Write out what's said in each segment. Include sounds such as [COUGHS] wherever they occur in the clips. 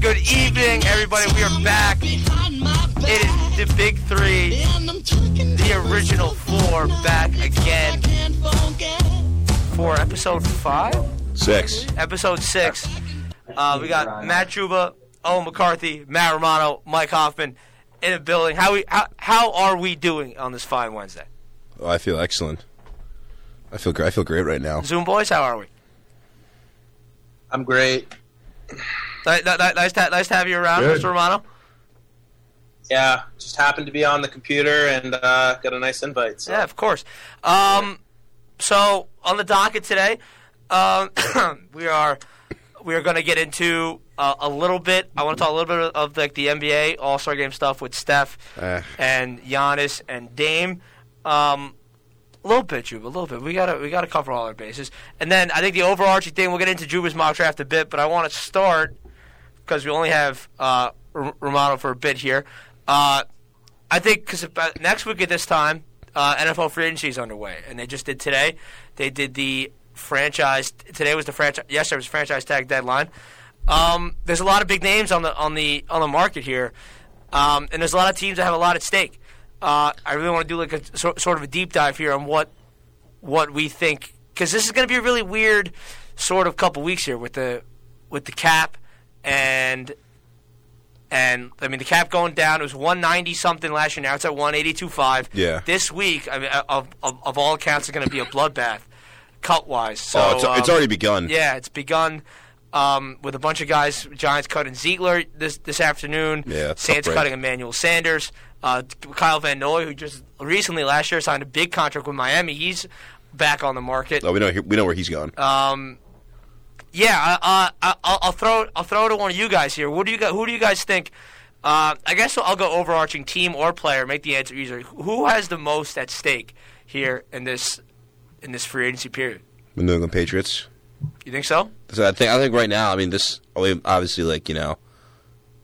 Good evening, everybody. We are back. It is the Big Three, the original four, back again for episode five, Six. episode six. Uh, we got Matt Truba, Owen McCarthy, Matt Romano, Mike Hoffman in a building. How we how, how are we doing on this fine Wednesday? Oh, I feel excellent. I feel great. I feel great right now. Zoom boys, how are we? I'm great. Ni- ni- ni- Nice to, nice to have you around, Good. Mr. Romano. Yeah, just happened to be on the computer and uh, got a nice invite. So. Yeah, of course. Um, so on the docket today, um, [COUGHS] we are we are going to get into uh, a little bit. I want to talk a little bit of like the NBA All Star Game stuff with Steph Eh. and Giannis and Dame. Um, a little bit, Juba, a little bit. We gotta we gotta cover all our bases. And then I think the overarching thing we'll get into Juba's mock draft a bit, but I want to start because we only have uh, R- Romano for a bit here. Uh, I think because next week at this time, uh, NFL free agency is underway, and they just did today. They did the franchise. Today was the franchise. Yesterday was franchise tag deadline. Um, there's a lot of big names on the on the on the market here, um, and there's a lot of teams that have a lot at stake. Uh, I really want to do like a so, sort of a deep dive here on what what we think because this is going to be a really weird sort of couple weeks here with the with the cap and and I mean the cap going down. It was one ninety something last year. Now it's at one eighty two five. Yeah. This week, I mean, of of, of all accounts, it's going to be a bloodbath, cut wise. So oh, it's, it's um, already begun. yeah, it's begun um, with a bunch of guys. Giants cutting Ziegler this this afternoon. Yeah, tough Saints break. cutting Emmanuel Sanders. Uh, Kyle Van Noy, who just recently last year signed a big contract with Miami, he's back on the market. Oh, we know. We know where he's gone. Uh, Yeah, uh, uh, I'll, I'll throw I'll throw it to one of you guys here. What do you guys, who do you guys think? Uh, I guess I'll go overarching team or player. Make the answer easier. Who has the most at stake here in this in this free agency period? the New England Patriots. You think so? So I think. I think right now. I mean, this obviously, like you know,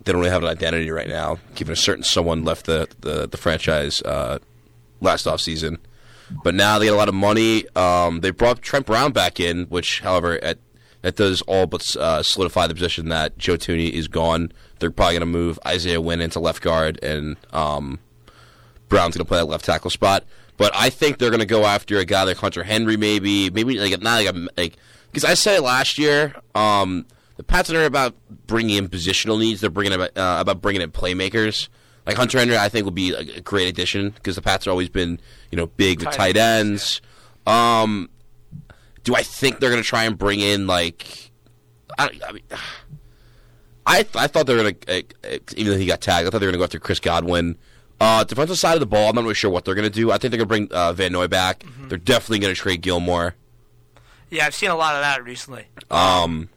they don't really have an identity right now. Given a certain someone left the the, the franchise uh, last offseason. but now they get a lot of money. Um, they brought Trent Brown back in, which, however, at, that does all but uh, solidify the position that Joe Tooney is gone. They're probably going to move Isaiah Wynn into left guard, and um, Brown's going to play that left tackle spot. But I think they're going to go after a guy like Hunter Henry, maybe, maybe like not like a like because I said it last year. Um, the Pats are about bringing in positional needs. They're bringing about, uh, about bringing in playmakers. Like Hunter Henry, I think will be a, a great addition because the Pats have always been you know big with Tight tight ends, ends. Um, do I think they're going to try and bring in like I, I mean. I, th- I thought they were going to, uh, even though he got tagged, I thought they were going to go after Chris Godwin. Uh, defensive side of the ball, I'm not really sure what they're going to do. I think they're going to bring uh, Van Noy back. Mm-hmm. They're definitely going to trade Gilmore. Yeah, I've seen a lot of that recently. Um,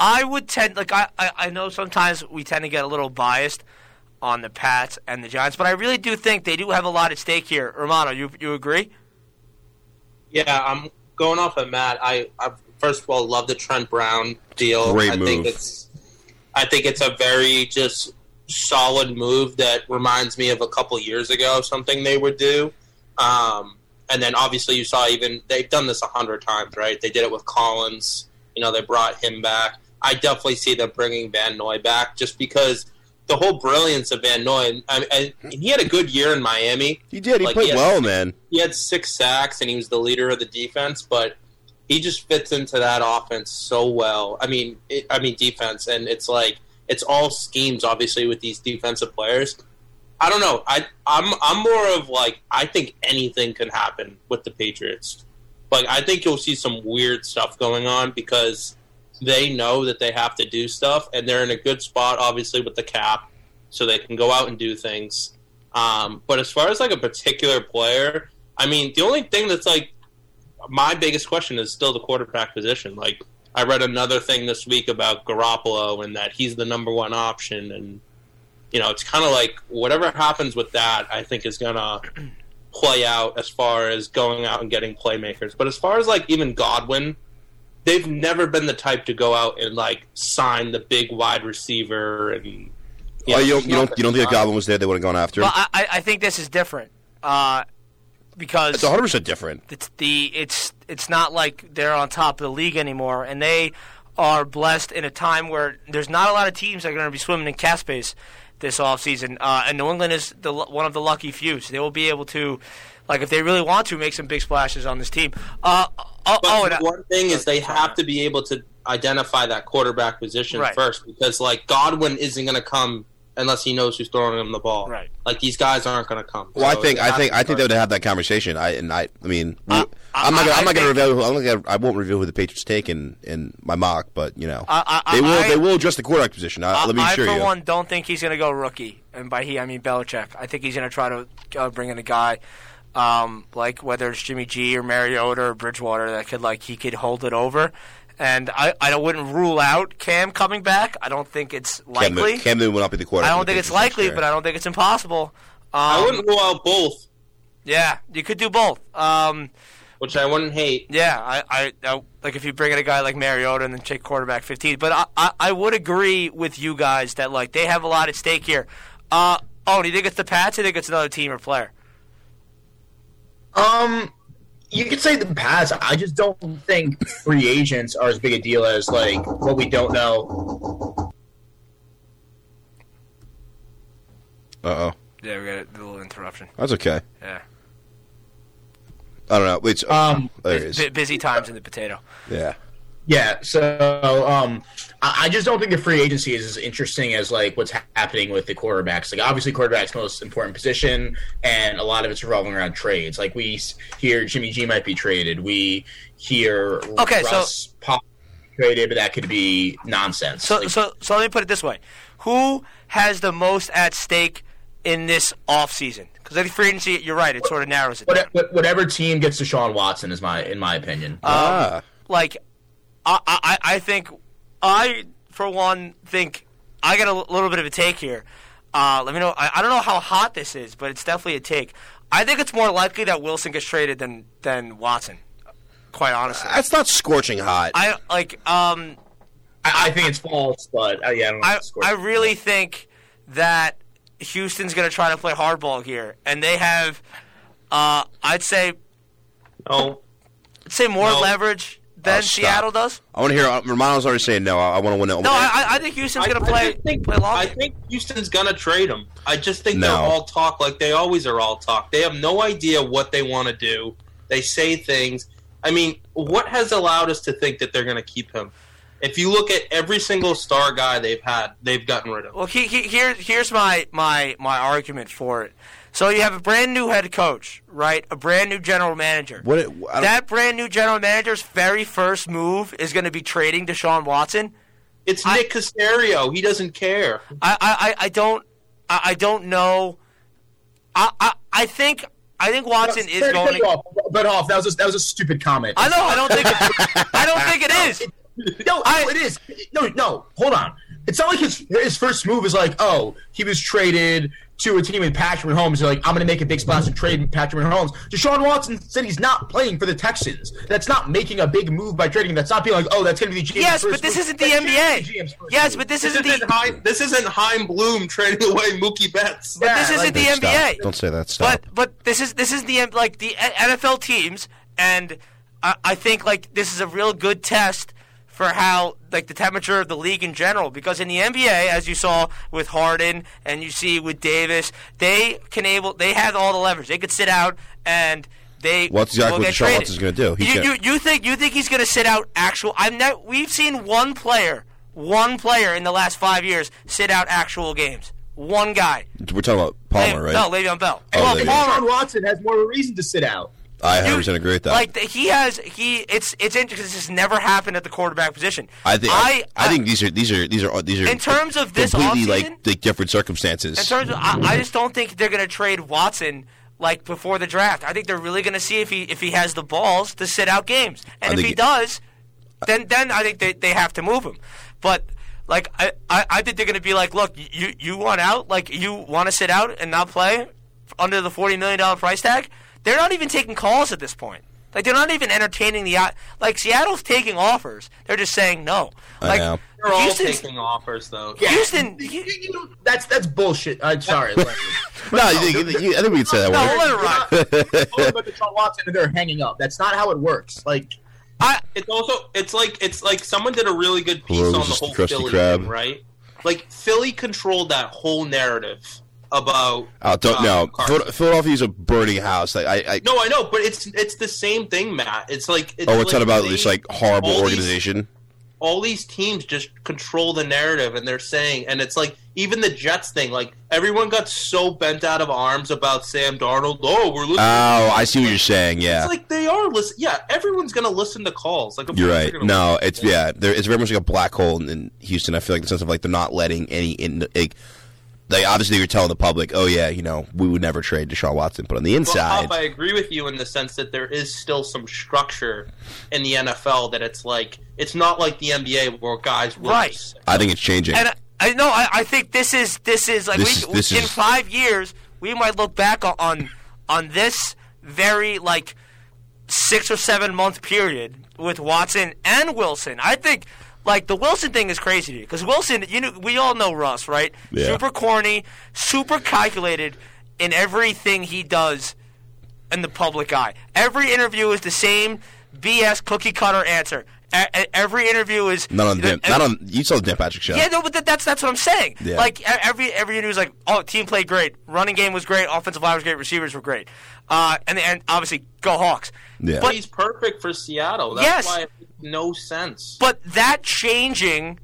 I would tend like I, I, I know sometimes we tend to get a little biased on the Pats and the Giants, but I really do think they do have a lot at stake here. Romano, you you agree? Yeah, I'm going off of Matt. I, I first of all love the Trent Brown deal. Great I move. think it's I think it's a very just solid move that reminds me of a couple years ago something they would do. Um, and then obviously you saw even they've done this a hundred times, right? They did it with Collins. You know, they brought him back. I definitely see them bringing Van Noy back just because the whole brilliance of Van Noy. And, and, and he had a good year in Miami he did. He Like, played yeah. well, man. he had six sacks and he was the leader of the defense, but he just fits into that offense so well. I mean, it, I mean defense, and it's like it's all schemes, obviously, with these defensive players. I don't know. I I'm I'm more of like I think anything can happen with the Patriots. Like I think you'll see some weird stuff going on because they know that they have to do stuff, and they're in a good spot, obviously, with the cap, so they can go out and do things. Um, but as far as like a particular player, I mean, the only thing that's like my biggest question is still the quarterback position. Like I read another thing this week about Garoppolo and that he's the number one option, and you know, it's kind of like whatever happens with that, I think is gonna play out as far as going out and getting playmakers. But as far as like even Godwin, they've never been the type to go out and like sign the big wide receiver and. oh, you don't, you don't, you don't think if Godwin was there, they would have gone after him? Well, I, I- I think this is different uh, because it's 100 percent different. it's the it's it's not like they're on top of the league anymore, and they are blessed in a time where there's not a lot of teams that are going to be swimming in cap space this offseason. Uh, and New England is the, l- one of the lucky few. So they will be able to, like, if they really want to, make some big splashes on this team. Uh, oh, But oh, the and, one thing is they sorry. have to be able to identify that quarterback position Right. first because like Godwin isn't going to come unless he knows who's throwing him the ball. Right. Like these guys aren't going to come. Well, So I think it I has think to I think start. they would have that conversation. I and I, I mean, we, I- I'm not I- gonna, I'm I not going to think- reveal. Who, I'm not gonna, I won't reveal who the Patriots take in, in my mock, but you know, I- I- they will I- they will address the quarterback position. I, let me Uh, I, assure for you. one, don't think he's going to go rookie, and by he I mean Belichick. I think he's going to try to uh, bring in a guy um, like whether it's Jimmy G or Mariota or Bridgewater that could like he could hold it over. And I, I wouldn't rule out Cam coming back. I don't think it's Cam, likely. Newton- Cam Newton will not be the I quarterback. don't of the think it's Patriots next likely, year. but I don't think it's impossible. Um, I wouldn't rule out both, Yeah, you could do both. Um, which I wouldn't hate. yeah, I, I, I like if you bring in a guy like Mariota and then take quarterback fifteen. But I, I, I would agree with you guys that like they have a lot at stake here. Uh, oh, do you think it's the Pats? Or do you think it's another team or player? Um, you could say the Pats. I just don't think free agents are as big a deal as like what we don't know. Uh oh, Yeah, we got a little interruption. that's okay. Yeah, I don't know. It's oh, Um, there it is. busy times in the potato. Yeah, Yeah, so um, I, I just don't think the free agency is as interesting as like what's happening with the quarterbacks. Like obviously, quarterbacks the most important position, and a lot of it's revolving around trades. Like we s- hear Jimmy G might be traded. We hear Okay, so- Russ Pop traded, but that could be nonsense. So, Like, so, so let me put it this way: Who has the most at stake in this offseason? Because any free agency, you're right, it sort of narrows it. down. what- what- whatever team gets Deshaun Watson is my in my opinion. Uh, um, ah, like I, I, I think I for one think I got a l- little bit of a take here. Uh, let me know. I, I don't know how hot this is, but it's definitely a take. I think it's more likely that Wilson gets traded than than Watson. Quite honestly, that's not scorching hot. I like. Um, I, I think it's false, but uh, yeah, I don't know. I, the score. I really think that Houston's going to try to play hardball here, and they have, uh, I'd say, No, I'd say more No. leverage than Oh, stop. Seattle does. I want to hear. Romano's already saying no. I, I want to win it. No, I, I- I think Houston's I- going to I play just think- play long. I think Houston's gonna trade him. I just think No. they're all talk, like they always are all talk. They have no idea what they want to do. They say things. I mean, what has allowed us to think that they're gonna keep him? If you look at every single star guy they've had, they've gotten rid of. Well, he, he, here, here's my, my, my argument for it. So you have a brand new head coach, right? A brand new general manager. What it- I don't- that brand new general manager's very first move is going to be trading Deshaun Watson. It's I- Nick Casario. He doesn't care. I, I, I- I don't I, I don't know. I, I I think I think Watson is Cut- going. cut you To, off, but off. That was a, that was a stupid comment. I know. I don't think. It, I don't think it is. no, I- no, it is. No, no. Hold on. It's not like his his first move is like, oh, he was traded to a team with Patrick Mahomes. They're like, I'm going to make a big splash and trade Patrick Mahomes. Deshaun Watson said he's not playing for the Texans. That's not making a big move by trading. him. That's not being like, oh, that's going to be the GM's Yes, first but this move. isn't the That should be NBA. GM's first Yes, move. but this This isn't isn't the. Heim, this isn't Heim Bloom trading away Mookie Betts. But this Yeah, isn't like- the Stop. NBA. Don't say that. Stop. But but this is this is the um, like the A- NFL teams, and I, I think like this is a real good test for how like the temperature of the league in general. Because in the NBA, as you saw with Harden and you see with Davis, they can able they have all the leverage. They could sit out and. They Well, that's exactly will what get Deshaun traded. Watson's gonna do. He You, can't- you, you think you think he's going to sit out actual? I'm not. We've seen one player, one player in the last five years sit out actual games. One guy. We're talking about Palmer, right? No, Le'Veon Bell. Oh, well, Le'Veon. Palmer. Deshaun Watson has more of a reason to sit out. I Dude, 100 percent agree with that. Like the, he has, he it's it's interesting. 'cause This has never happened at the quarterback position. I think I, I think these are these are these are these are In terms of this completely offseason- like the different circumstances. in terms of, I, I just don't think they're going to trade Watson like before the draft. I think they're really going to see if he if he has the balls to sit out games, and I if think he it- does, then then I think they, they have to move him. But like I, I, I think they're going to be like, look, you you want out, like you want to sit out and not play under the forty million dollar price tag. They're not even taking calls at this point. Like they're not even entertaining the o- like Seattle's taking offers. They're just saying no. I Like know. They're all Houston's- taking offers though. Houston- You- you- you know, that's that's bullshit. I'm sorry. no, you, think- you- I think we can say that No, word. let it ride. talking about Deshaun Watson and they're hanging up. That's not how it works. Like I It's also it's like it's like someone did a really good piece Hello, on the this is whole the Krusty Philly Krab. thing, right? Like Philly controlled that whole narrative about. Oh, don't uh, know. Carson. Philadelphia's a burning house. Like I, I No, I know, but it's it's the same thing, Matt. It's like it's oh, what's like that about? they- This like horrible all these- organization. all these teams just control the narrative and they're saying and it's like even the Jets thing, like everyone got so bent out of arms about Sam Darnold. Oh, we're listening. Oh, I see what you're saying. it's Yeah, like they are listen. Yeah, everyone's gonna listen to calls. Like of you're course right. they're gonna No, listen to it's calls. yeah. There, it's very much like a black hole in, in Houston. I feel like in the sense of like they're not letting any in. Like, they obviously you're telling the public, oh yeah, you know, we would never trade Deshaun Watson, but on the Well, inside, Pop, I agree with you in the sense that there is still some structure in the NFL that it's like it's not like the NBA where guys will Right. just- I think it's changing. and I, I no, I, I think this is this is like This we, is- this in is- five years we might look back on- on on this very like six or seven month period with Watson and Wilson. I think like the Wilson thing is crazy to because Wilson, you know, we all know Russ, right? Yeah. Super corny, super calculated in everything he does in the public eye. Every interview is the same BS cookie cutter answer. E- e- Every interview is not on Dan, e- not on. You saw the Dan Patrick show. yeah, no, but that, that's that's what I'm saying. Yeah. Like e- every every year was like, oh, team played great, running game was great, offensive line was great, receivers were great, uh, and and obviously go Hawks. Yeah. But he's perfect for Seattle. That's Yes. why it makes no sense. but that changing,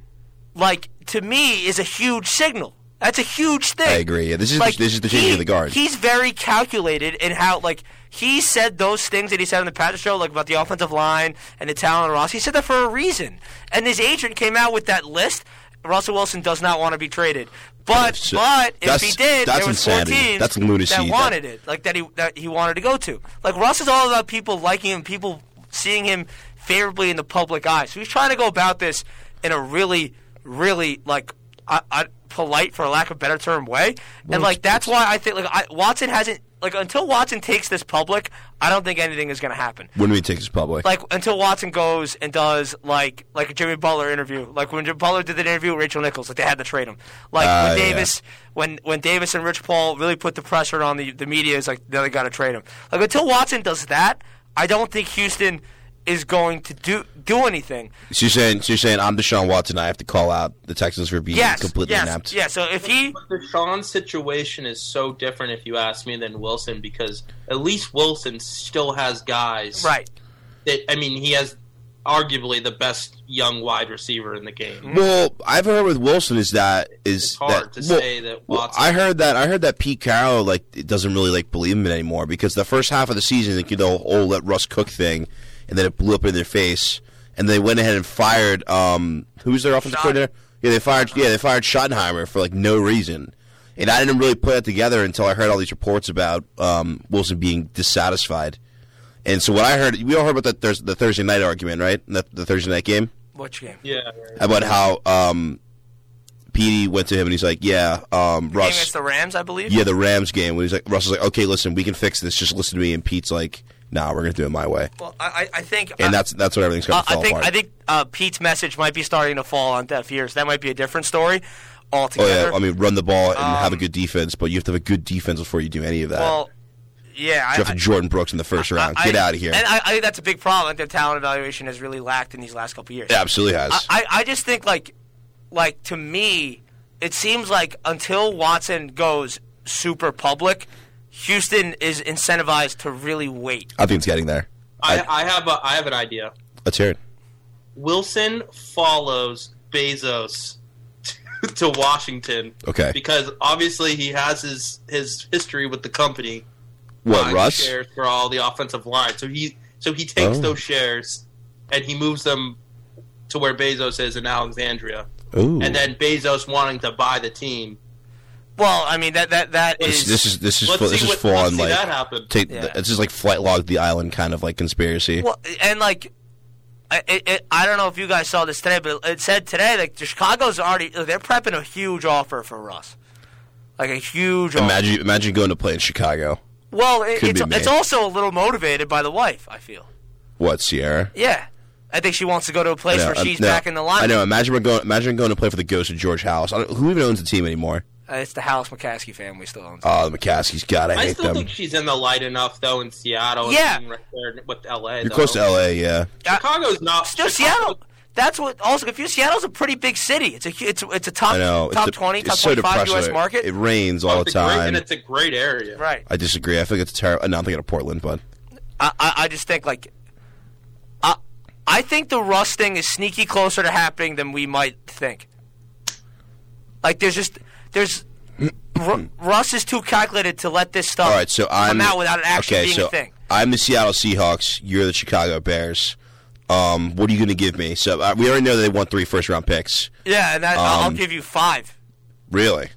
like to me, is a huge signal. That's a huge thing. I agree. Yeah, this is the this is the changing he- of the guard. He's very calculated in how like he said those things that he said on the Patrick show, like about the offensive line and the talent on Ross. He said that for a reason. And his agent came out with that list. Russell Wilson does not want to be traded. But That's- but if that's- he did, that's there was insanity. four teams That's lunacy. that That- wanted it, like that he that he wanted to go to. Like Russ is all about people liking him, people seeing him favorably in the public eye. So he's trying to go about this in a really, really like I, I, polite, for lack of a better term, way. and like that's why I think like I, Watson hasn't like until Watson takes this public, I don't think anything is going to happen when we take this public, like until Watson goes and does like like a Jimmy Butler interview, like when Jimmy Butler did that interview with Rachel Nichols, like they had to trade him. Like Ah, when yeah. Davis, when when Davis and Rich Paul really put the pressure on the the media, is like now they got to trade him. Like until Watson does that, I don't think Houston is going to do do anything. so you're saying so you're saying I'm Deshaun Watson. I have to call out the Texans for being Yes, completely yes, inept. yeah. So if he But Deshaun's situation is so different, if you ask me, than Wilson because at least Wilson still has guys. right, That I mean, he has arguably the best young wide receiver in the game. Well, I've heard with Wilson is that is It's hard that, to well, say that well, Watson. I heard that I heard that Pete Carroll like it doesn't really like believe him anymore because the first half of the season like, you know oh let Russ cook thing, and then it blew up in their face, and they went ahead and fired um who's their offensive Schott. coordinator? Yeah, they fired yeah they fired Schottenheimer for like no reason, and I didn't really put that together until I heard all these reports about um, Wilson being dissatisfied, and so what I heard we all heard about that Thurs the Thursday night argument right the, the Thursday night game which game? yeah, about how um, Petey went to him and he's like, "Yeah, um, Game Russ, against the Rams, I believe. yeah, the Rams game." When he's like, Russ is like, "Okay, listen, we can fix this. Just listen to me." And Pete's like, "Nah, we're gonna do it my way." Well, I I I think And I- that's that's when everything's gonna Uh, I fall think apart. I think uh, Pete's message might be starting to fall on deaf ears. That might be a different story oh altogether. yeah, I mean, run the ball and have a good defense, but you have to have a good defense before you do any of that. Um, Well, yeah, I, Jeff I- Jordan Brooks in the first round. I- Get out of here. And I, I think that's a big problem. I think the talent evaluation has really lacked in these last couple years. it absolutely has. I, I, I just think like like to me, it seems like until Watson goes super public, Houston is incentivized to really wait. I think it's getting there. I, I- I have a, I have an idea. Let's hear it. Wilson follows Bezos [LAUGHS] to Washington Okay. because obviously he has his his history with the company. What buying Russ? shares for all the offensive line. So he so he takes Oh. those shares and he moves them to where Bezos is in Alexandria, Ooh. and then Bezos wanting to buy the team. Well, I mean that that that this, is this is this is Let's full, see this is what- full let's on see like that happen. take Yeah. it's just like flight log the island kind of like conspiracy. Well, and like, I- it, it, I don't know if you guys saw this today, but it said today like Chicago's already they're prepping a huge offer for Russ, like a huge. offer. Imagine imagine going to play in Chicago. Well, it, could it's be me. it's also a little motivated by the wife. I feel. What Sierra? Yeah, I think she wants to go to a place I know, uh, where I- she's no, back in the line. I know. Imagine we're going. Imagine going to play for the ghost of George House. I don't, who even owns the team anymore? Uh, it's the House McCaskey family still owns. it. Oh, the McCaskies. God, I, I hate still them. think she's in the light enough though in Seattle. and Yeah. being right there with LA. You're though. close to uh, L.A. Yeah, Chicago's not Still Seattle. That's what also confused. Seattle's a pretty big city. It's a hu- it's it's a top I know. top it's de- twenty, it's top so twenty five depressing. U.S. market. It rains all Oh, the it's a great, time. and it's a great area. right. I disagree. I think it's terrible. No, I'm thinking of Portland, but I, I I just think like I I think the rust thing is sneaky closer to happening than we might think. Like there's just [CLEARS THROAT] there's Ru- Russ is too calculated to let this stuff all right. So I'm come Oh, out without it actually okay, being so a thing. I'm the Seattle Seahawks. You're the Chicago Bears. Um, what are you going to give me? So uh, we already know they want three first round picks. Yeah, and that, I'll Um, give you five. Really,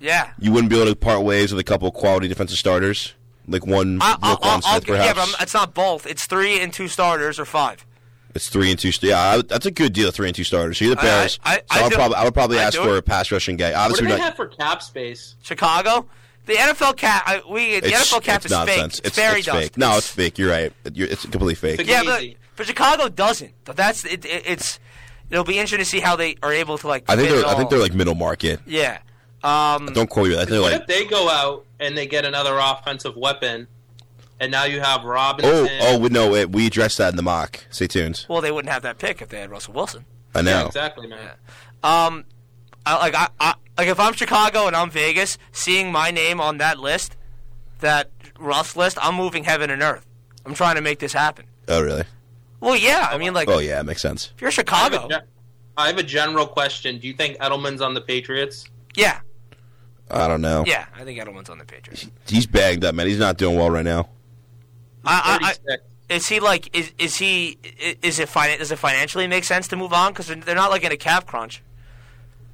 Yeah. you wouldn't be able to part ways with a couple of quality defensive starters, like one I, I'll, Roquan I'll, I'll, Smith, gi- yeah, perhaps. but I'm, it's not both. It's three and two starters or five. It's three and two. st- Yeah, I, that's a good deal. Three and two starters. So you're the I- I- Bears. I- so I I, would do- probably, I would probably I ask do for it. a pass rushing guy. What do Obviously, they not, have for cap space? Chicago, the NFL cap. I, we the it's, NFL cap it's is nonsense. fake. It's, fairy it's dust. fake. No, it's fake. You're right. It- you're- it's completely fake. It's yeah, but, Easy. but Chicago doesn't. But That's it, it, it's. It'll be interesting to see how they are able to like. I think fit it they're. I all. think they're like middle market. Yeah. Um, Don't quote you. I think they're what like. if they go out and they get another offensive weapon, and now you have Oh, Robinson? oh, we- no, wait, we addressed that in the mock. Stay tuned. well, they wouldn't have that pick if they had Russell Wilson. I yeah, know. exactly, man. Um, I, like I, I, like if I'm Chicago and I'm Vegas, seeing my name on that list, that Russ list, I'm moving heaven and earth. I'm trying to make this happen. Oh, really? Well, yeah. I mean, like Oh, yeah, it makes sense. if you're I have, Chicago, a gen- I have a general question. Do you think Edelman's on the Patriots? yeah, I don't know. yeah. I think Edelman's on the Patriots. He's bagged up, man. He's not doing well right now. I, I, I, 36. is he like is is he i- is it finan- does it financially make sense to move on because they're they're not like in a cap crunch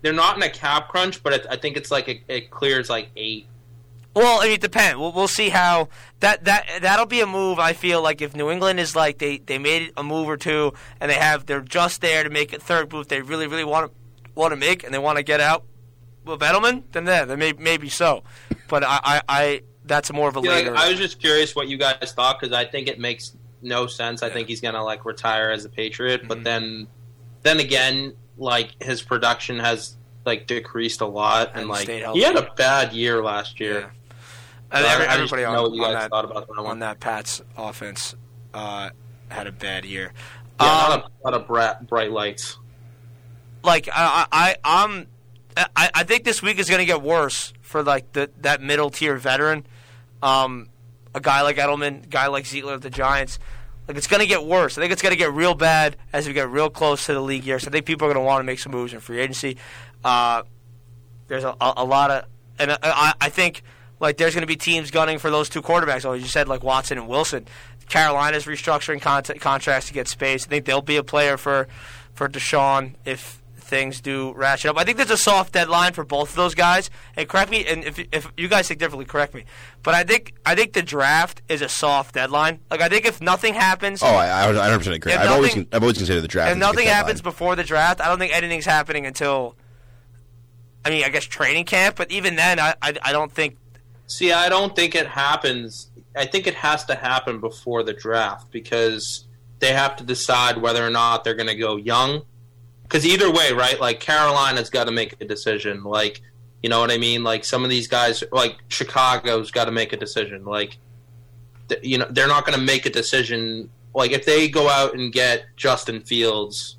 They're not in a cap crunch, but it, I think it's like it, it clears like eight. well I mean, it depends we'll, we'll see how that that that'll be a move i feel like if new england is like they they made a move or two and they have they're just there to make a third move they really really want to want to make and they want to get out with Edelman, then yeah, then may, maybe so but i i, I that's more of a Yeah, like, later I was just curious what you guys thought because I think it makes no sense. I think he's gonna like retire as a Patriot, but Mm-hmm. then, then again, like his production has like decreased a lot, and, And like stayed he healthy. had a bad year last year. Yeah. And So I- every- I just everybody on, know what you on guys that, thought about that one. on that Pats offense uh, had a bad year. Yeah, Um, not a lot of bright, bright lights. like I, I, I- I'm, I, I think this week is going to get worse for like the, that middle tier veteran, um, a guy like Edelman, a guy like Zietler of the Giants. Like it's going to get worse. I think it's going to get real bad as we get real close to the league year. So I think people are going to want to make some moves in free agency. Uh, there's a, a, a lot of, and I- I, I think like there's going to be teams gunning for those two quarterbacks. Like you said, like Watson and Wilson. Carolina's restructuring cont- contracts to get space. I think they'll be a player for for Deshaun if things do ratchet up. I think there's a soft deadline for both of those guys. And correct me, and if if you guys think differently, correct me. But I think I think the draft is a soft deadline. Like I think if nothing happens, Oh, I, I 100% agree. If I've, always, nothing- con- I've always considered the draft. if as a good nothing deadline. happens before the draft, I don't think anything's happening until. I mean, I guess training camp, but even then, I I, I don't think. See, I don't think it happens. I think it has to happen before the draft because they have to decide whether or not they're going to go young. Because either way, right? Like Carolina's got to make a decision. Like, you know what I mean? Like some of these guys, like Chicago's got to make a decision. Like, th- you know, they're not going to make a decision. Like if they go out and get Justin Fields,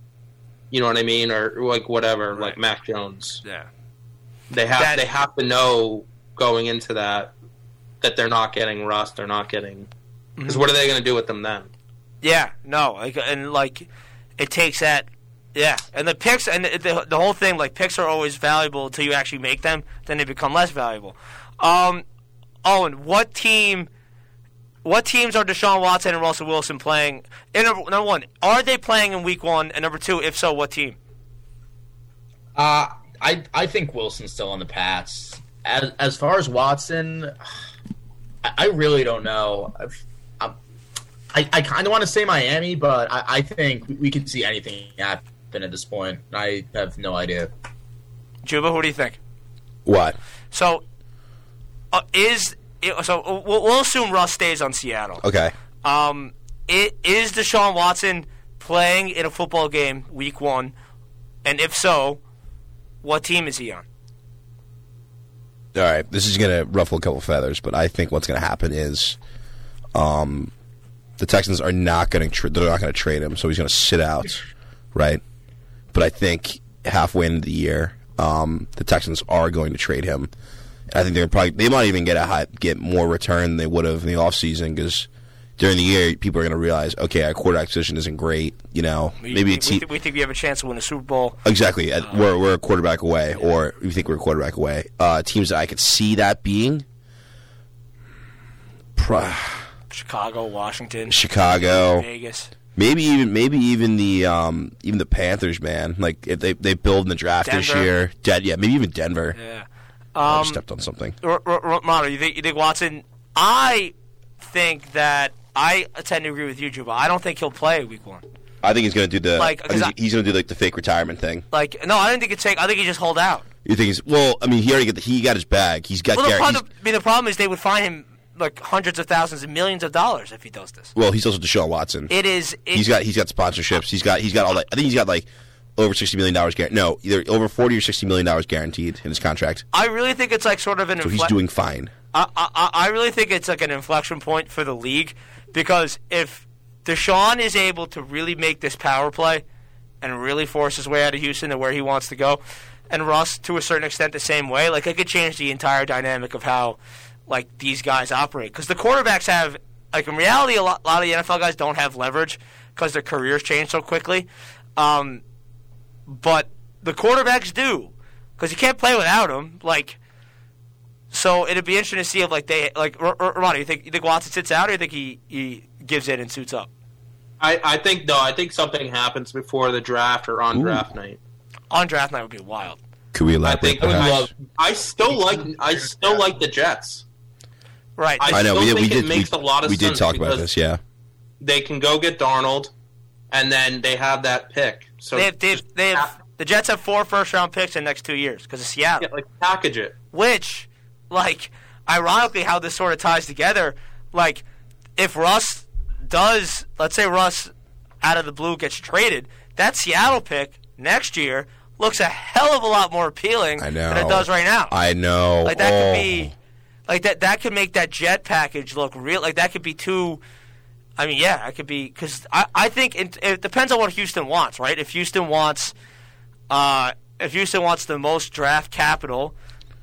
you know what I mean, or like whatever, like Mac Jones Yeah. they have That- they have to know going into that that they're not getting rust they're not getting because Mm-hmm. what are they going to do with them then Yeah, no, like, and like, it takes that. Yeah, and the picks and the, the, the whole thing, like picks are always valuable until you actually make them. Then they become less valuable. Um, Owen, what team? What teams are Deshaun Watson and Russell Wilson playing? And number, number one, are they playing in Week One? And number two, if so, what team? Uh, I I think Wilson's still on the Pats. As as far as Watson, I, I really don't know. I've, I'm, I I kind of want to say Miami, but I, I think we can see anything happen at this point. I have no idea. Juba, who do you think? What? So, uh, is it, so uh, we'll, we'll assume Russ stays on Seattle. Okay. Um, i- is Deshaun Watson playing in a football game week one? And if so, what team is he on? all right, this is going to ruffle a couple feathers, but I think what's going to happen is, um, the Texans are not going to tra- they're not going to trade him, so he's going to sit out, right? But I think halfway into the year, um, the Texans are going to trade him. And I think they're probably they might even get a high, get more return than they would have in the offseason because during the year people are going to realize, okay, our quarterback position isn't great, you know, We, maybe we, a team we, we think we have a chance to win a Super Bowl. Exactly. At, we're, we're a quarterback away, or you think we're a quarterback away. Uh, teams that I could see that being pro- Chicago, Washington, Chicago, Vegas. maybe even maybe even the um, even the Panthers, man. Like if they they build in the draft this Denver. year, Den- yeah, maybe even Denver. Yeah. I Um, just stepped on something. R- R- R- Mono, you think you think Watson? I think that I tend to agree with you, Juba. I don't think he'll play Week One. I think he's going to do the Like, I 'cause think I- he's going to do like the fake retirement thing. Like, no, I don't think it's take. I think he just hold out. You think he's well? I mean, he already got the, he got his bag. He's got Well, the Garrett. problem, he's- I mean, the problem is they would fine him like hundreds of thousands and millions of dollars if he does this. well, he's also Deshaun Watson. It is. It, He's got he's got sponsorships. He's got he's got all that. I think he's got like over sixty million dollars. Guar- no, either over forty or sixty million dollars guaranteed in his contract. I really think it's like sort of an. So he's infle- doing fine. I, I, I really think it's like an inflection point for the league because if Deshaun is able to really make this power play and really force his way out of Houston to where he wants to go, and Russ to a certain extent the same way, like it could change the entire dynamic of how like these guys operate because the quarterbacks have like in reality a lot, lot of the NFL guys don't have leverage because their careers change so quickly. Um, but the quarterbacks do because you can't play without them. Like, so it'd be interesting to see if like they like R- R- Romano. You think you think Watson sits out, or you think he he gives in and suits up I, I think no. I think something happens before the draft or on draft night. on draft night would be wild. Could we I elaborate? think I, would love, I still like I still like the Jets. Right. I- I know we still did. We think it did. makes we, a lot of we did sense talk about because- this. Yeah. They can go get Darnold, and then they have that pick. So they have, they have, they have just- the Jets have four first round picks in the next two years because of Seattle. yeah, like package it. Which, like, ironically, how this sort of ties together, like, if Russ does, let's say Russ out of the blue gets traded, that Seattle pick next year looks a hell of a lot more appealing I know. than it does right now. I know. like that oh. could be, like that that could make that jet package look real. Like that could be too. I mean, yeah, it could be because I, I think it, it depends on what Houston wants, right? If Houston wants, uh, if Houston wants the most draft capital,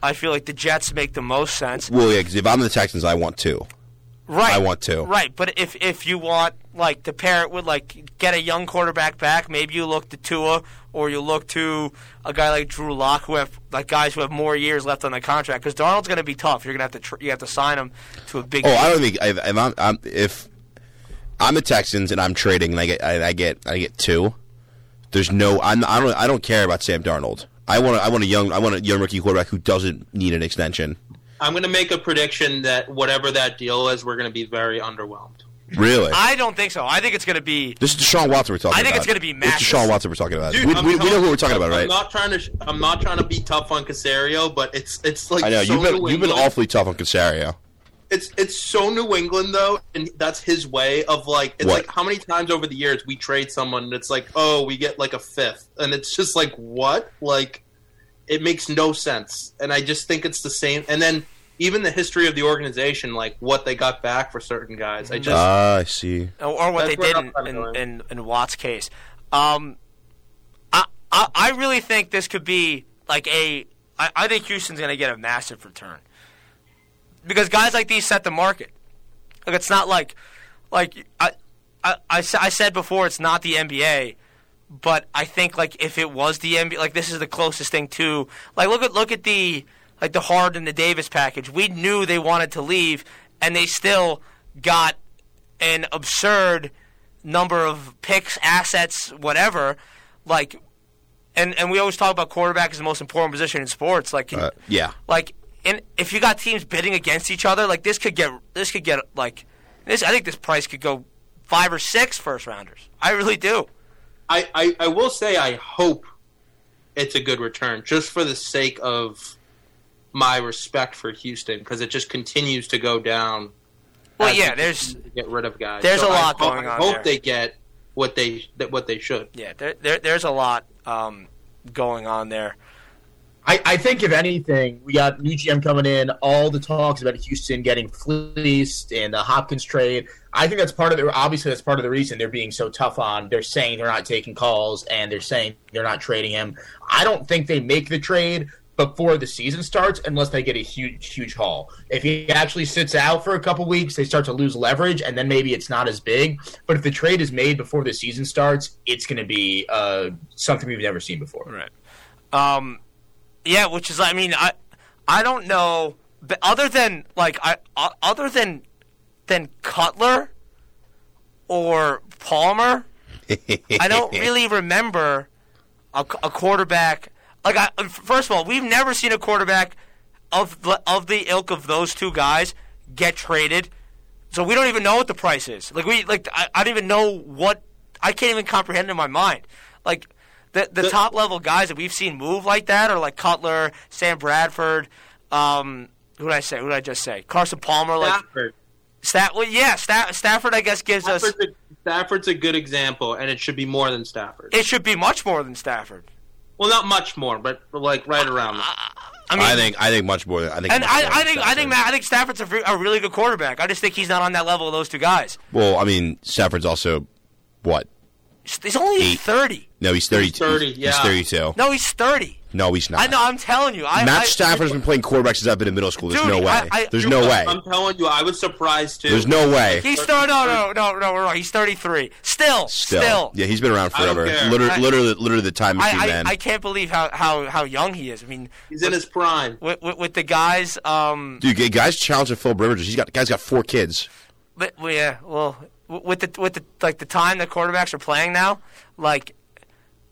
I feel like the Jets make the most sense, Oh. Well, yeah. Because if I'm the Texans, I want two. right? I want to. right? But if if you want like to pair it with like get a young quarterback back, maybe you look to Tua or you look to a guy like Drew Lock, who have like guys who have more years left on the contract because Darnold's going to be tough. You're going to have to tr- you have to sign him to a big. Oh, I don't think if, if I'm, I'm if I'm the Texans and I'm trading and I get I, I get I get two. There's no I'm I don't I don't care about Sam Darnold. I want a, I want a young I want a young rookie quarterback who doesn't need an extension. I'm going to make a prediction that whatever that deal is, we're going to be very underwhelmed. Really. I don't think so. I think it's going to be. this is Deshaun Watson we're talking about. I think it's gonna be It's massive. Deshaun Watson we're talking about. Dude, we, I'm we, we know telling- who we're talking about, I'm right? not trying to. sh- I'm not trying to be tough on Casario, but it's it's like I know so you've been New you've been England. awfully tough on Casario. It's it's so New England though, and that's his way of like. It's like What? how many times over the years we trade someone, and it's like, oh, we get like a fifth, and it's just like what? Like, it makes no sense, and I just think it's the same. And then even the history of the organization, like what they got back for certain guys, I just Ah, I see. or, or what That's they where did I'm in, kinda in, going. in, in Watt's case. Um, I, I I really think this could be like a. I, I think Houston's going to get a massive return because guys like these set the market. Like it's not like like I I, I, sa- I said before it's not the NBA, but I think like if it was the NBA, like this is the closest thing to like look at look at the like the Harden and the Davis package. We knew they wanted to leave, and they still got an absurd number of picks, assets, whatever. Like, and and we always talk about quarterback is the most important position in sports. Like, can, Uh, yeah. like and if you got teams bidding against each other, like this could get this could get like this. I think this price could go five or six first rounders. I really do. I, I, I will say I hope it's a good return just for the sake of my respect for Houston because it just continues to go down. Well, as yeah, we there's- continue to get rid of guys. there's So a I lot hope- going I on hope there. they get what they that what they should. Yeah, there, there there's a lot um, going on there. I, I think if anything, we got new GM coming in. All the talks about Houston getting fleeced and the Hopkins trade. I think that's part of the. Obviously, that's part of the reason they're being so tough on. They're saying they're not taking calls and they're saying they're not trading him. I don't think they make the trade before the season starts unless they get a huge huge haul. If he actually sits out for a couple weeks, they start to lose leverage and then maybe it's not as big. But if the trade is made before the season starts, it's going to be uh, something we've never seen before. Right. Um, yeah, which is I mean I I don't know but other than like I o- other than than Cutler or Palmer, I don't really remember a, a quarterback like I, first of all, we've never seen a quarterback of the, of the ilk of those two guys get traded. So we don't even know what the price is. Like we like I, I don't even know what I can't even comprehend in my mind. Like the the, top level guys that we've seen move like that are like Cutler, Sam Bradford, um who did I say? Who did I just say? Carson Palmer like Stafford. Stat well, yeah, Sta- Stafford I guess gives us Stafford's a, Stafford's a good example, and it should be more than Stafford. it should be much more than Stafford. well, not much more, but like right around. there. I mean I think I think much more than I think. and much more I, than I think I think Stafford. Matt, I think Stafford's a, re- a really good quarterback. I just think he's not on that level of those two guys. Well, I mean Stafford's also what? He's only Eight. thirty. No, he's thirty-two. 30, he's, yeah. thirty-two. No, No, he's thirty. he's not. I know. I'm telling you. I, Matt I, Stafford's been playing quarterback since I've been in middle school. There's Dude, no way. I- I- There's dude, no way. I'm telling you, I was surprised too. There's no way. He's no, no, no, no, no. We're wrong. He's thirty three. Still, still. Yeah, he's been around I don't forever. care. Literally, I- literally, literally the time machine I, man. I, I can't believe how, how, how young he is. I mean, He's in his prime. with, with, with the guys, um, Dude, g- guys challenging Phil Rivers. He's got guy's got four kids. But well, yeah, well, w- with the with the like the time the quarterbacks are playing now, like,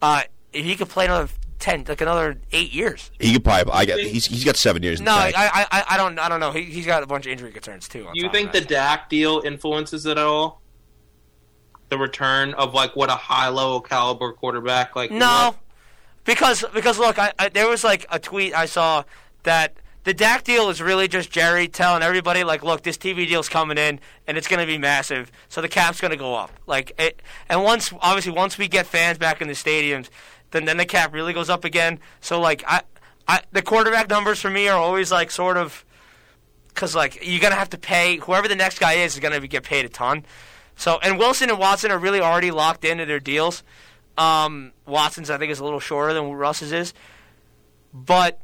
uh, if he could play another ten, like another eight years. He could probably. I got. He's he's got seven years. In No, the I, tank. I I I don't I don't know. He he's got a bunch of injury concerns too. on Do you top think of the that. Dak deal influences it at all? The return of like what a high level caliber quarterback like No, what? because because look, I, I there was like a tweet I saw that the Dak deal is really just Jerry telling everybody like, look, this TV deal's coming in and it's going to be massive, so the cap's going to go up. Like, it, and once obviously once we get fans back in the stadiums, then then the cap really goes up again. So like I. I, the quarterback numbers for me are always like sort of because like you're gonna have to pay whoever the next guy is is gonna be, get paid a ton. So and Wilson and Watson are really already locked into their deals. Um, Watson's I think is a little shorter than Russ's is, but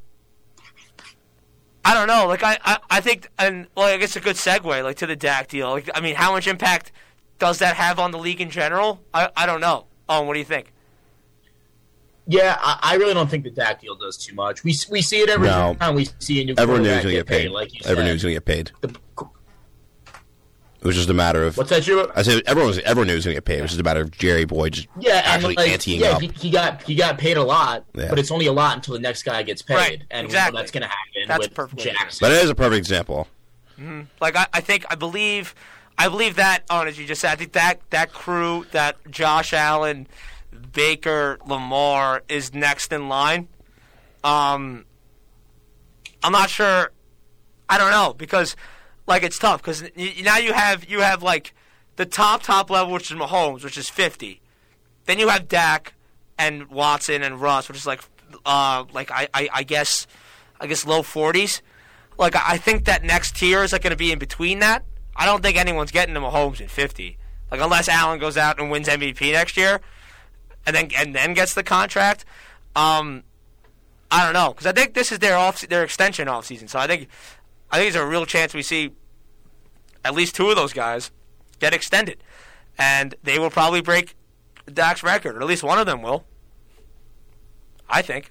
I don't know. Like I, I, I think and well, I guess a good segue like to the Dak deal. Like I mean, how much impact does that have on the league in general? I, I don't know. Oh, what do you think? Yeah, I, I really don't think the Dak deal does too much. We s- we see it every No. time we see a new Everyone knew he was quarterback going to get paid. Like you said, everyone knew he was going to get paid. The- It was just a matter of. what's that? Drew? I said everyone was everyone knew he was going to get paid. It was just a matter of Jerry Boyd just Yeah, actually and like, anteing yeah, up. He, he got he got paid a lot, Yeah. but it's only a lot until the next guy gets paid, Right, and we know exactly. that's going to happen That's with perfectly Jackson. but it is a perfect example. Like I, I think I believe I believe that on as you just said, I think that that crew, that Josh Allen, Baker, Lamar is next in line. Um I'm not sure I don't know because like it's tough cuz now you have you have like the top top level which is Mahomes, which is 50. Then you have Dak and Watson and Russ, which is like, uh, like I, I, I guess, I guess low forties. Like I I think that next tier is like going to be in between that. I don't think anyone's getting to Mahomes in fifty. Like unless Allen goes out and wins MVP next year, and then and then gets the contract. Um, I don't know because I think this is their off their extension offseason. So I think I think there's a real chance we see at least two of those guys get extended, and they will probably break Dak's record, or at least one of them will. I think.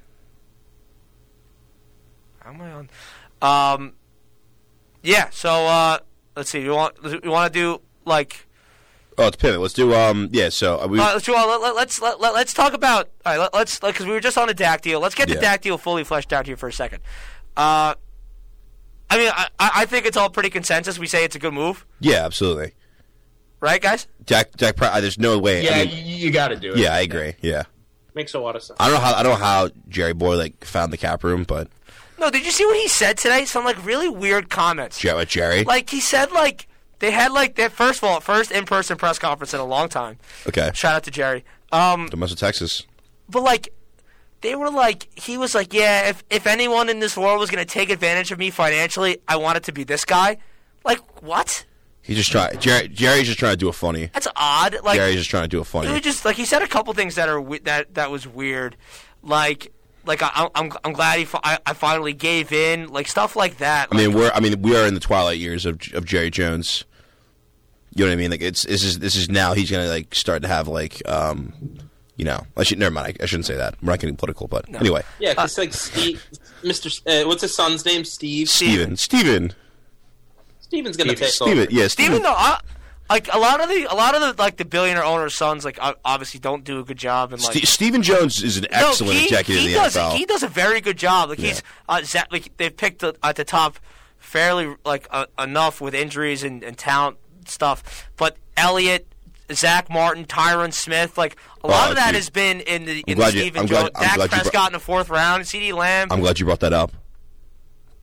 How am I on? Um, yeah. So uh, let's see. You want you want to do like Oh, it's pivot. Let's do. Um. Yeah. So uh, we. uh, let's do all, let, let, let's let, let, let's talk about all right, let, let's because we were just on the DAC deal. Let's get the Yeah. DAC deal fully fleshed out here for a second. Uh, I mean, I, I I think it's all pretty consensus. We say it's a good move, yeah. Absolutely. right, guys? Jack. Jack. Pro- uh, there's no way. yeah, I you, mean, you got to do it. yeah. I agree. Yeah. makes a lot of sense. I don't know how. I don't know how Jerry Boyd like found the cap room, but No, did you see what he said today? Some like really weird comments. Jerry. uh, Jerry. like he said like they had like their first of all first in person press conference in a long time. okay. Shout out to Jerry. Um, The Muscle Texas. but like they were like, he was like, yeah, if, if anyone in this world was going to take advantage of me financially, I want it to be this guy. Like, what? He just try Jerry, Jerry's just trying to do a funny. That's odd. Like, Jerry's just trying to do a it was funny. just like he said a couple things that are we- that that was weird, like like I, I'm I'm glad he fi- I, I finally gave in, like stuff like that. I mean, we're I mean we are in the twilight years of of Jerry Jones. You know what I mean? Like it's this is this is now he's gonna like start to have like um, you know, I should never mind. I, I shouldn't say that. We're not getting political, but anyway, Yeah, it's Uh, like Steve, Mr. S- Uh, what's his son's name? Steve. Steven, Steven, Steven's gonna take Steven, over. yeah, even Steven. though I, like a lot of the a lot of the like the billionaire owner sons like o- obviously don't do a good job and like Ste Steven Jones is an No, excellent he, executive he in the does, NFL. He does a very good job. Like he's uh, za- like they've picked uh, at the top fairly like uh, enough with injuries and, and talent stuff. But Elliott, Zach Martin, Tyron Smith, like a lot Oh, of that dude. has been in the in glad you- Stephen I'm glad- Jones, I'm Dak glad you brought- Prescott in the fourth round, C.D. Lamb, I'm glad you brought that up.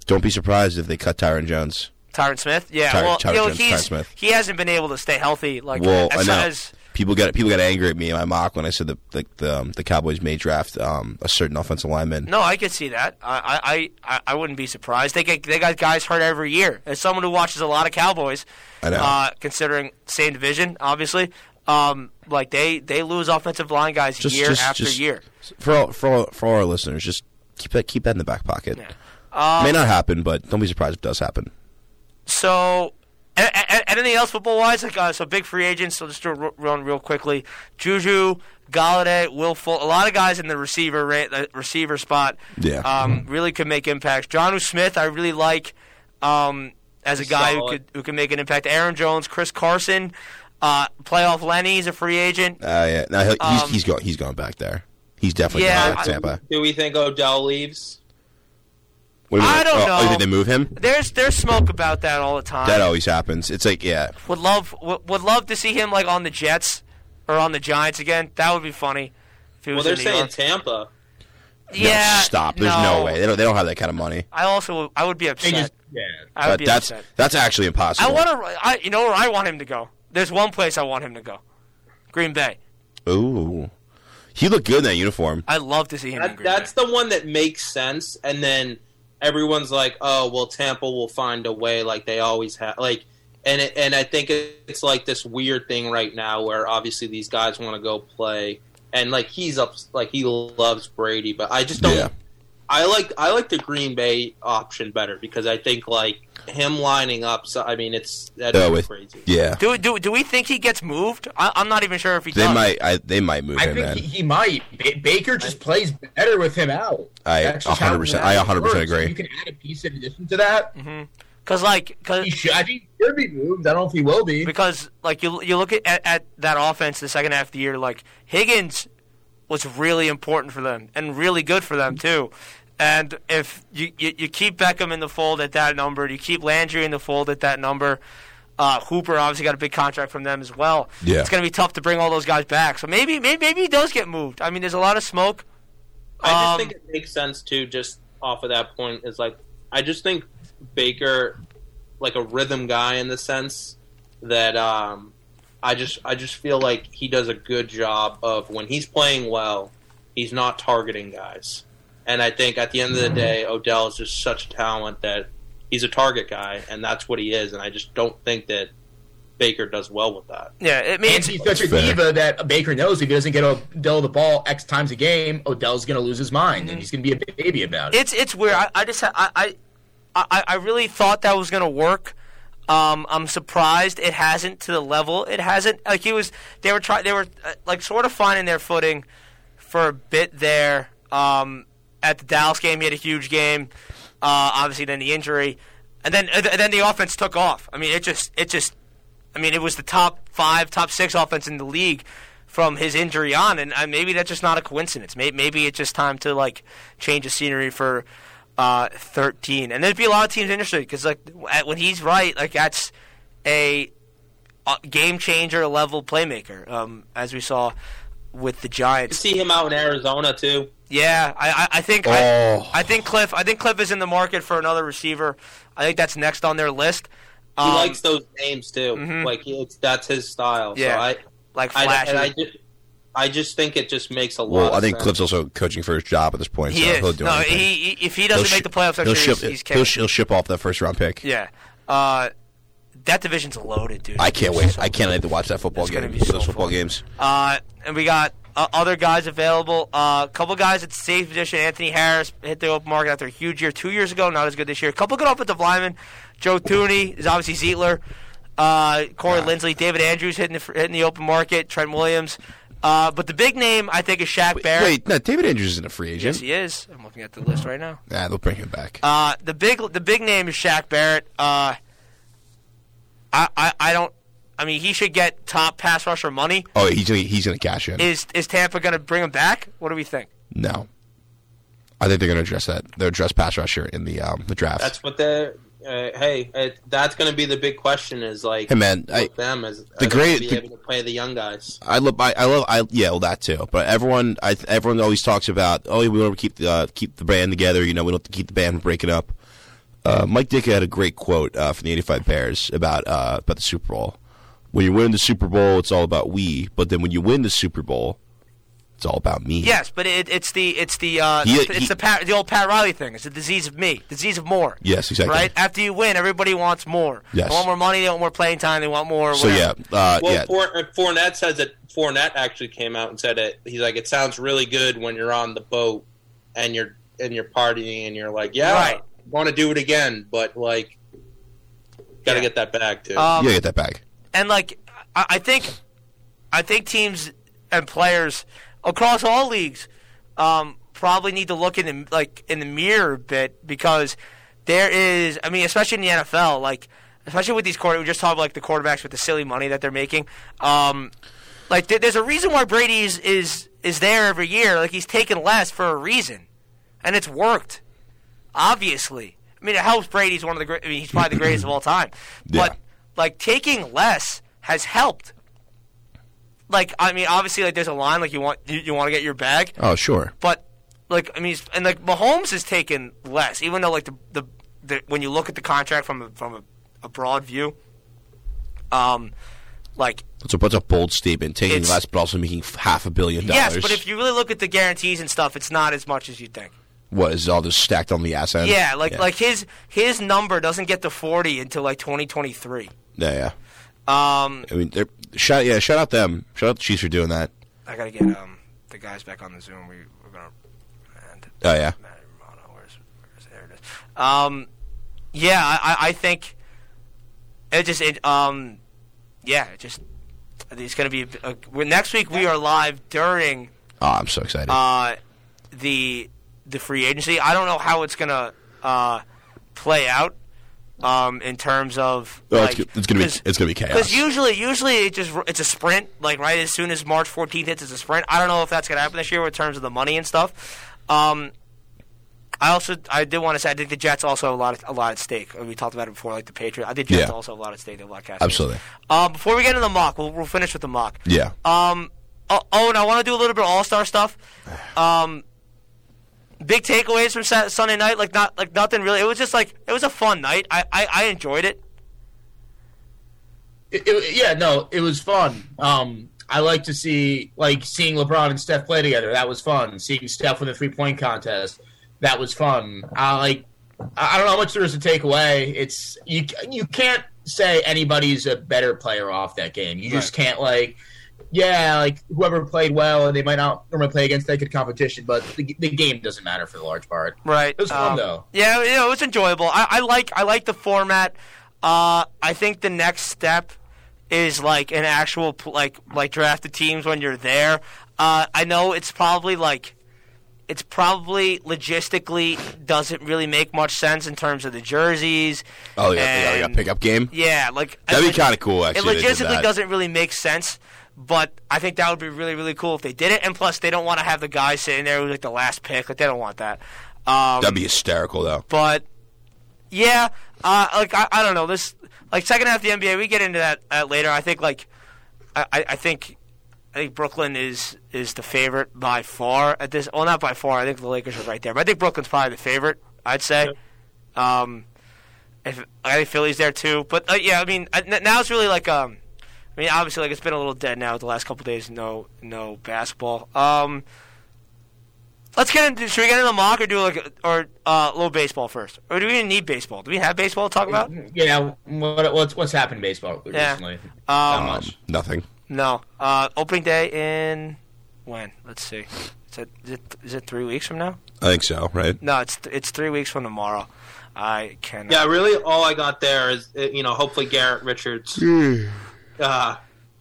Don't be surprised if they cut Tyron Jones. Tyron Smith. Yeah, Tyron- well, Tyron you know, Jones, he's, Tyron Smith. he hasn't been able to stay healthy. Like Well, I as, know as people got people got angry at me in my mock when I said that the the, um, the Cowboys may draft um, a certain offensive lineman. No, I could see that. I I, I, I wouldn't be surprised. They get, they got guys hurt every year. As someone who watches a lot of Cowboys, I know. Uh, considering same division, obviously, um, like they, they lose offensive line guys Just- year just- after just- year. For all, for all, for all our listeners, just keep that keep that in the back pocket. Um, may not happen, but don't be surprised if it does happen. So, a- a- a- anything else football wise? Like, uh, so big free agents. So just do a r- run real quickly. Juju, Galladay, Will Full. A lot of guys in the receiver ra- uh, receiver spot. Yeah. Um, really could make impacts. Johnu Smith, I really like um, as a guy who solid. could who can make an impact. Aaron Jones, Chris Carson, uh, playoff Lenny is a free agent. Uh, yeah, no, he'll, he's Um, he's going he's going back there. He's definitely Yeah, going back to I- Tampa. Do we think Odell leves? What do you mean? I don't oh, Oh, you know. think they move him? There's there's smoke about that all the time. That always happens. It's like yeah, would love would, would love to see him like on the Jets or on the Giants again. That would be funny. If he Well, was they're in New saying York. Tampa. Yeah. no, stop. There's no. way they don't they don't have that kind of money. I also I would be They upset. just yeah. I would That- be that's upset. that's I actually impossible. want to. I you know where I want him to go. There's one place I want him to go. Green Bay. Ooh, he looked good in that uniform. I'd love to see him. in That, Green that's Bay. the one that makes sense, and then everyone's like, "Oh, well, Tampa will find a way," like they always have. Like, and it, and I think it's like this weird thing right now where obviously these guys want to go play, and like he's up, like he loves Brady, but I just don't. Yeah. I like I like the Green Bay option better because I think like him lining up. So I mean, it's that's Oh, with- crazy. Yeah, Do, do, do we think he gets moved? I, I'm not even sure if he they does. might I, they might move I him. think Man, he, he might. Ba- Baker just plays better with him out. I That's just how 100% it I 100% works. If agree. You can add a piece in addition to that. Because like He Mm-hmm. cause, should, I think he should be moved. I don't know if he will be. because like you you look at, at, at that offense the second half of the year like Higgins was really important for them and really good for them too. And if you, you, you keep Beckham in the fold at that number, you keep Landry in the fold at that number. Uh, Hooper obviously got a big contract from them as well. Yeah. It's going to be tough to bring all those guys back. So maybe, maybe maybe he does get moved. I mean, there's a lot of smoke. I Um, just think it makes sense too. Just off of that point is like, I just think Baker, like a rhythm guy in the sense that um, I just I just feel like he does a good job of when he's playing well, he's not targeting guys, and I think at the end of the day, Odell is just such a talent that he's a target guy, and that's what he is, and I just don't think that Baker does well with that. Yeah, it And means he's such a fair. diva that Baker knows if he doesn't get Odell the ball X times a game, Odell's going to lose his mind and he's going to be a baby about it. It's it's weird. I, I just ha- I, I I I really thought that was gonna work. Um, I'm surprised it hasn't to the level it hasn't. Like he was, they were trying, they were uh, like sort of finding their footing for a bit there. Um, at the Dallas game, he had a huge game. Uh, obviously, then the injury, and then and then the offense took off. I mean, it just it just I mean, it was the top five, top six offense in the league from his injury on, and uh, maybe that's just not a coincidence. Maybe, maybe it's just time to like change the scenery for uh, 13, and there'd be a lot of teams interested because like at- when he's right, like that's a uh, game changer level playmaker, um, as we saw with the Giants. See him out in Arizona too. Yeah, I, I, I think Oh. I, I think Cliff I think Cliff is in the market for another receiver. I think that's next on their list. He Um, mm-hmm. likes those names too. Like it's that's his style. Yeah. So I, like I, flashy. and I just, I just think it just makes a lot. Well, of I think sense. Cliff's also coaching for his job at this point, He so he'll is. do No, anything. he, he- if he doesn't He'll make the sh- playoffs next he'll year, ship, he's, he's he'll, kicked. sh- he'll ship off that first round pick. yeah. Uh, that division's loaded, dude. I can't wait. So I can't wait to watch that football It's game. gonna be so those football fun. games. Uh, and we got uh, other guys available. A uh, couple guys at the safety position. Anthony Harris hit the open market after a huge year two years ago. Not as good this year. A couple good offensive linemen. Joe Tooney is obviously Zietler. Uh, Corey Lindsley, David Andrews hitting the, hitting the open market. Trent Williams. Uh, but the big name I think is Shaq Barrett. Wait, no, David Andrews isn't a free Yes, agent. he is. I'm looking at the list right now. Nah, they'll bring him back. Uh, the big the big name is Shaq Barrett. Uh, I, I I don't. I mean, he should get top pass rusher money. oh, he's gonna, he's going to cash in. Is is Tampa going to bring him back? What do we think? no, I think they're going to address that. They'll address pass rusher in the um, the draft. That's what the uh, hey, it, that's going to be the big question is like hey man, I, with them is the are they gonna great- be the- able to play the young guys. I love, I, I love, I yeah, well, that too. But everyone, I everyone always talks about, oh, we want to keep the uh, keep the band together. You know, we don't have to keep the band from breaking up. Uh, Mike Ditka had a great quote uh, from the '85 Bears about uh, about the Super Bowl. When you win the Super Bowl, it's all about we. But then when you win the Super Bowl, it's all about me. Yes, but it, it's the it's the uh, He- it's he- the Pat, the old Pat Riley thing. It's the disease of me, disease of more. Yes, exactly. Right after you win, everybody wants more. Yes. They want more money. They want more playing time. They want more. So yeah, whatever. uh, Well, yeah. Four, uh, Fournette says that Fournette actually came out and said it. He's like, it sounds really good when you're on the boat and you're and you're partying and you're like, yeah, Right. want to do it again, but like, got to Yeah. get that back too. Um, you gotta get that back. and like I, I think I think teams and players across all leagues um, probably need to look in the, like in the mirror a bit because there is I mean especially in the NFL like especially with these quarter we just talked about like the quarterbacks with the silly money that they're making um, like there, there's a reason why Brady's is is there every year like he's taken less for a reason and it's worked obviously. I mean, it helps Brady's one of the great. I mean, he's probably the greatest of all time. But Yeah. like taking less has helped. Like I mean, obviously, like there's a line like you want you, you want to get your bag, Oh sure. but like I mean, and like Mahomes has taken less, even though like the the, the when you look at the contract from a, from a, a broad view, um, like That's a, that's a bold statement. Taking It's- less, but also making f- half a billion dollars. yes, but if you really look at the guarantees and stuff, it's not as much as you think. what is all this stacked on the ass end? Yeah, like like his his number doesn't get to forty until like 2023. yeah, yeah. Um, I mean, they're shout yeah, shout out them, shout out the Chiefs for doing that. I gotta get um the guys back on the Zoom. We we're gonna and Oh yeah, Matt Romano, where's where's there it is. Um, yeah, I I- I think it just it um yeah it just I think it's gonna be a, a- we're- next week. We are live during oh, I'm so excited. uh the the free agency. I don't know how it's gonna uh play out um in terms of oh, like, it's, go- it's gonna be 'cause- it's gonna be chaos. because usually, usually it just it's a sprint. Like right as soon as March 14th hits, it's a sprint. I don't know if that's gonna happen this year in terms of the money and stuff. Um, I also I did want to say I think the Jets also have a lot of, a lot at stake. We talked about it before, like the Patriots. I think Jets Yeah. also have a lot at stake. They have a lot of cash. Absolutely. Um, before we get into the mock, we'll, we'll finish with the mock. Yeah, Um, oh, oh, and I want to do a little bit of All Star stuff. Um, big takeaways from Sa- Sunday night, like not like nothing really. It was just like it was a fun night. I I, I enjoyed it. It- it- yeah, no, it was fun. Um, I like to see like seeing LeBron and Steph play together. That was fun. Seeing Steph win the three point contest, that was fun. I like. I I don't know how much there is to take away. It's you. You can't say anybody's a better player off that game. You just can't like. Yeah, like whoever played well, and they might not normally play against that good competition, but the, the game doesn't matter for the large part. Right. It was fun Um, though. Yeah, you know, it was enjoyable. I, I like I like the format. Uh, I think the next step is like an actual pl- like like draft the teams when you're there. Uh, I know it's probably like it's probably logistically doesn't really make much sense in terms of the jerseys. oh yeah, yeah, yeah, and- pickup game. Yeah, like That'd be of. kind of cool. Actually, if It they did logistically that. doesn't really make sense, but I think that would be really, really cool if they did it. And plus, they don't want to have the guy sitting there with like the last pick. Like they don't want that. Um, That'd be hysterical though. but yeah, uh, like I, I don't know this. Like second half of the NBA, we get into that uh, later. I think like I, I I think I think Brooklyn is is the favorite by far at this. Well, not by far. I think the Lakers are right there, but I think Brooklyn's probably the favorite. I'd say. uh, Um, if I think Philly's there too, but uh, yeah, I mean I, n- now it's really like um, I mean, obviously, like it's been a little dead now the last couple days. No, no basketball. Um, let's get into. Should we get into the mock or do like or uh, a little baseball first? Or do we even need baseball? Do we have baseball to talk about? Yeah, what, what's what's happened in baseball recently? Not Um, much. Nothing. no. Uh, opening day in when? Let's see. Is it, is it is it three weeks from now? I think so, right? No, it's it's three weeks from tomorrow. I cannot. Yeah, really, all I got there is, uh, you know, hopefully Garrett Richards. Uh,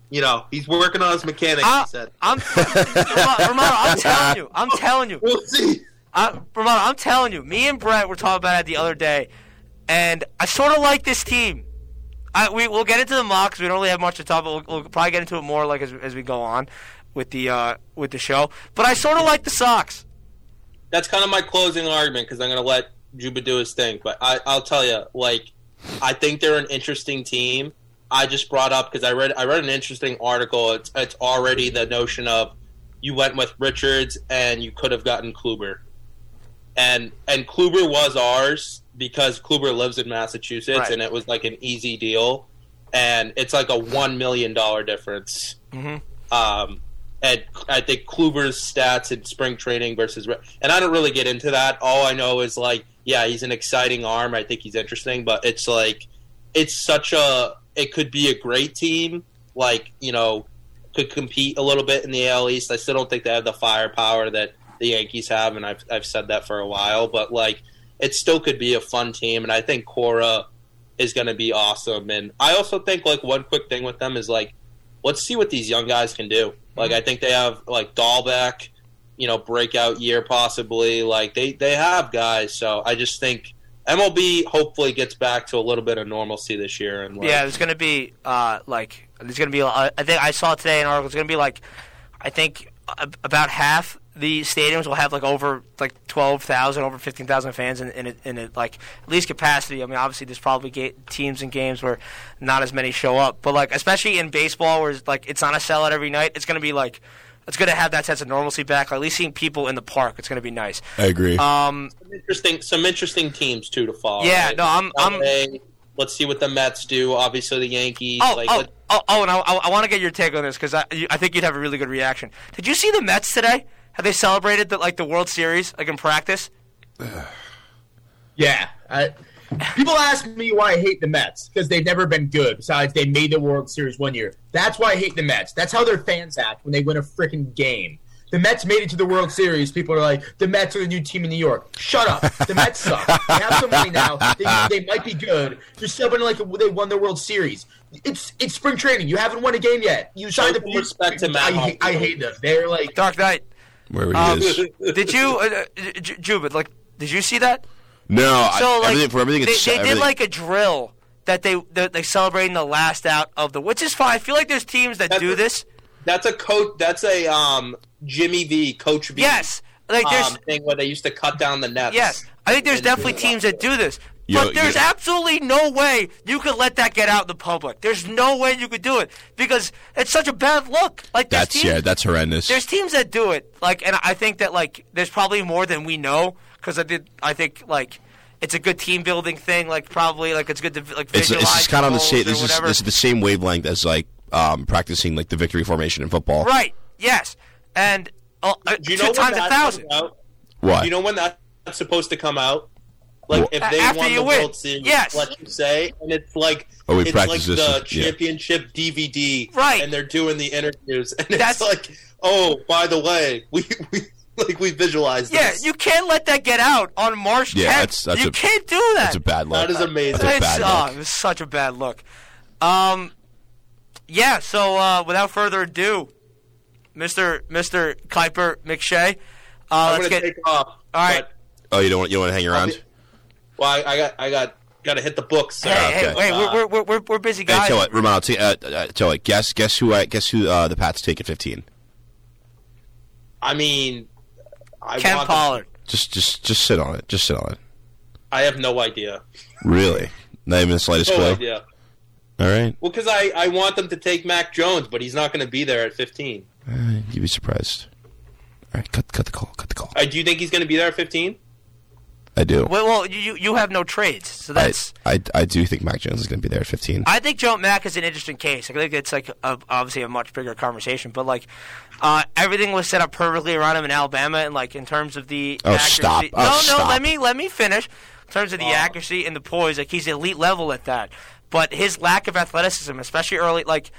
you know, he's working on his mechanics, I, he said. Uh, [LAUGHS] I'm Romano. Romano, I'm telling you. I'm telling you. We'll see. I, Romano, I'm telling you. Me and Brett were talking about it the other day, and I sort of like this team. I, we we'll get into the mocks. We don't really have much to talk, but we'll, we'll probably get into it more like as, as we go on with the uh, with the show. But I sort of like the Sox. That's kind of my closing argument because I'm going to let Juba do his thing. But I, I'll tell you, like, I think they're an interesting team. I just brought up because I read I read an interesting article. It's it's already the notion of you went with Richards and you could have gotten Kluber, and and Kluber was ours because Kluber lives in Massachusetts Right. and it was like an easy deal, and it's like a one million dollar difference. Mhm. Um, and I think Kluber's stats in spring training versus, and I don't really get into that. All I know is like, yeah, he's an exciting arm. I think he's interesting, but it's like, it's such a, it could be a great team. Like you know, could compete a little bit in the AL East. I still don't think they have the firepower that the Yankees have, and I've I've said that for a while. But like, it still could be a fun team, and I think Cora is going to be awesome. And I also think like one quick thing with them is like, let's see what these young guys can do. Like, I think they have like Dahlbeck, you know, breakout year possibly. Like they they have guys, so I just think. MLB hopefully gets back to a little bit of normalcy this year, and like, Yeah, there's gonna be uh, like there's gonna be. Uh, I think I saw today an article. It's gonna be like I think a- about half the stadiums will have like over like twelve thousand, over fifteen thousand fans in in a, in a, like at least capacity. I mean, obviously there's probably ga- teams and games where not as many show up, but like especially in baseball where it's, like it's not a sellout every night. It's gonna be like. It's going to have that sense of normalcy back. Like, at least seeing people in the park, it's going to be nice. I agree. Um, interesting some interesting teams too to follow. Yeah, right? no, I'm- I'm- LA, let's see what the Mets do. Obviously, the Yankees. Oh, like, oh, let's- oh, oh, and I, I, want to get your take on this because I, you- I think you'd have a really good reaction. Did you see the Mets today? How they celebrated the, like the World Series like in practice? Yeah. I, people ask me why I hate the Mets because they've never been good. Besides, they made the World Series one year. That's why I hate the Mets. That's how their fans act when they win a freaking game. The Mets made it to the World Series. People are like, the Mets are the new team in New York. Shut up. The Mets suck. They have some money now. They, they might be good. You're celebrating like they won the World Series. It's it's spring training. You haven't won a game yet. You signed up. Show some respect to Matt I, hate- I hate them. They're like Dark Knight. Wherever he um, [LAUGHS] is. Did you, uh, uh, J- J- Jubin? Like, did you see that? No, I, So like, everything, for everything, they, it's they everything- did like a drill that they they they celebrating the last out of the, which is fine. I feel like there's teams that That's do a- this. that's a coach. That's a um Jimmy V, Coach V. Yes, like there's um, thing where they used to cut down the nets. Yes, I think there's And do definitely that. teams that do this, Yo, but there's yo- absolutely no way you could let that get out in the public. There's no way you could do it because it's such a bad look. Like there's That's teams, yeah, that's horrendous. there's teams that do it. Like, and I think that like there's probably more than we know because I did. I think like. It's a good team building thing, like probably like it's good to like it's, visualize. it's just kind of on the goals same. or This is whatever. this is the same wavelength as like um, practicing like the victory formation in football. right. Yes, and uh, uh, Do you two know when times a that thousand. comes out? What? Do you know when that- that's supposed to come out? Like Well- if A- they after won you the win. World Series, Yes. let you say, and it's like Oh, we it's like practiced this the and- yeah. championship DVD, Right. And they're doing the interviews, and it's That's- like, oh, by the way, we, we [LAUGHS] like we visualized. Yeah, this. you can't let that get out on March Yeah, 10th. that's- that's you a- can't do that. That's a bad look. That is amazing. That's a It's- bad oh, look. it was such a bad look. Um, yeah. So uh, without further ado, Mister Mister Kuiper McShay, uh, I'm let's gonna get take off. All right. but- Oh, you don't want you don't want to hang around. be- well, I, I got I got got to hit the books. So. Hey, hey, okay. wait, we're, we're, we're, we're busy Hey, guys. tell it, Romano. T- uh, uh, tell it. Guess guess who I guess who uh, the Pats take at fifteen. I mean, I Ken want- Pollard. Just just just sit on it. Just sit on it. I have no idea. Really? Not even the slightest No clue. idea. All right. Well, because I, I want them to take Mac Jones, but he's not going to be there at 15. Uh, you'd be surprised. All right, cut cut the call. Cut the call. Uh, do you think he's going to be there at 15? I do. Well, well you you have no trades, so I, that's. I, I do think Mac Jones is going to be there at 15. I think Joe Mack is an interesting case. I think it's like a, obviously a much bigger conversation, but like uh, everything was set up perfectly around him in Alabama, and like in terms of the Oh, accuracy. stop. Oh, no, no, stop. Oh. let me let me finish. In terms of the accuracy and the poise, like he's elite level at that. But his lack of athleticism, especially early, like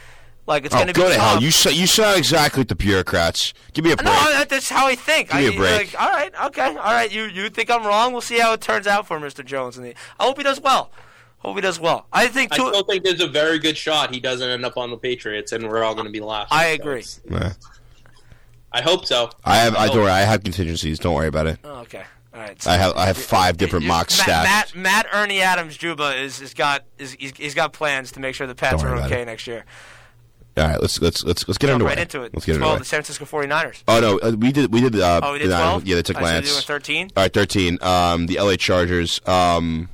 like it's oh, going go be to tough. hell. You, sa- you sound exactly like the bureaucrats. Give me a break. No, I, that's how I think. Give me I, a break. Like, all right, okay, all right. You you think I'm wrong? We'll see how it turns out for Mr. Jones. And the, I hope he does well. Hope he does well. I think I too. still think there's a very good shot he doesn't end up on the Patriots, and we're all going to be laughing. I So agree. it's- Nah. I hope so. I have. I hope. don't worry. I have contingencies. Don't worry about it. Oh, okay, all right. I have. I have five different You- mock Matt, Matt, stats. Matt Ernie Adams Juba is, is got is, he's, he's got plans to make sure the Pats Don't worry are about okay it. next year. All right. Let's let's let's let's get Jump underway. right into it. Let's get Twelve, underway. the San Francisco 49ers. Oh no, uh, we did we did uh, Oh, we did the nine- twelve. Yeah, they took I Lance. So doing thirteen. All right, thirteen. Um, the LA Chargers. Um,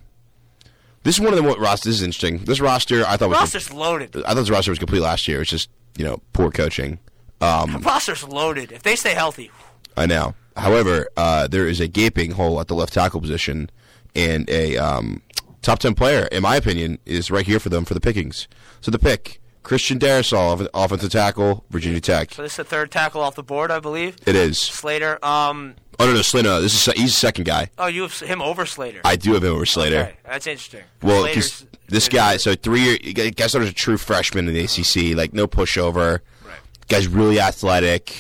this is one of the what roster. This is interesting. This roster I thought was Roster's loaded. I thought this roster was complete last year. It's just you know poor coaching. Um, Roster's loaded. If they stay healthy, I know. However, uh, there is a gaping hole at the left tackle position, and a um, top ten player, in my opinion, is right here for them for the pickings. So the pick Christian Darisol, off- offensive tackle, Virginia Tech. so this is the third tackle off the board, I believe. It is. Slater. Um. Oh no, no, Slater. This is he's the second guy. Oh, you have s- him over Slater. I do have him over Slater. Okay, that's interesting. Well, Slater's- 'cause this guy, so three year, I guess there's a true freshman in the ACC, like no pushover. Right. Guy's really athletic,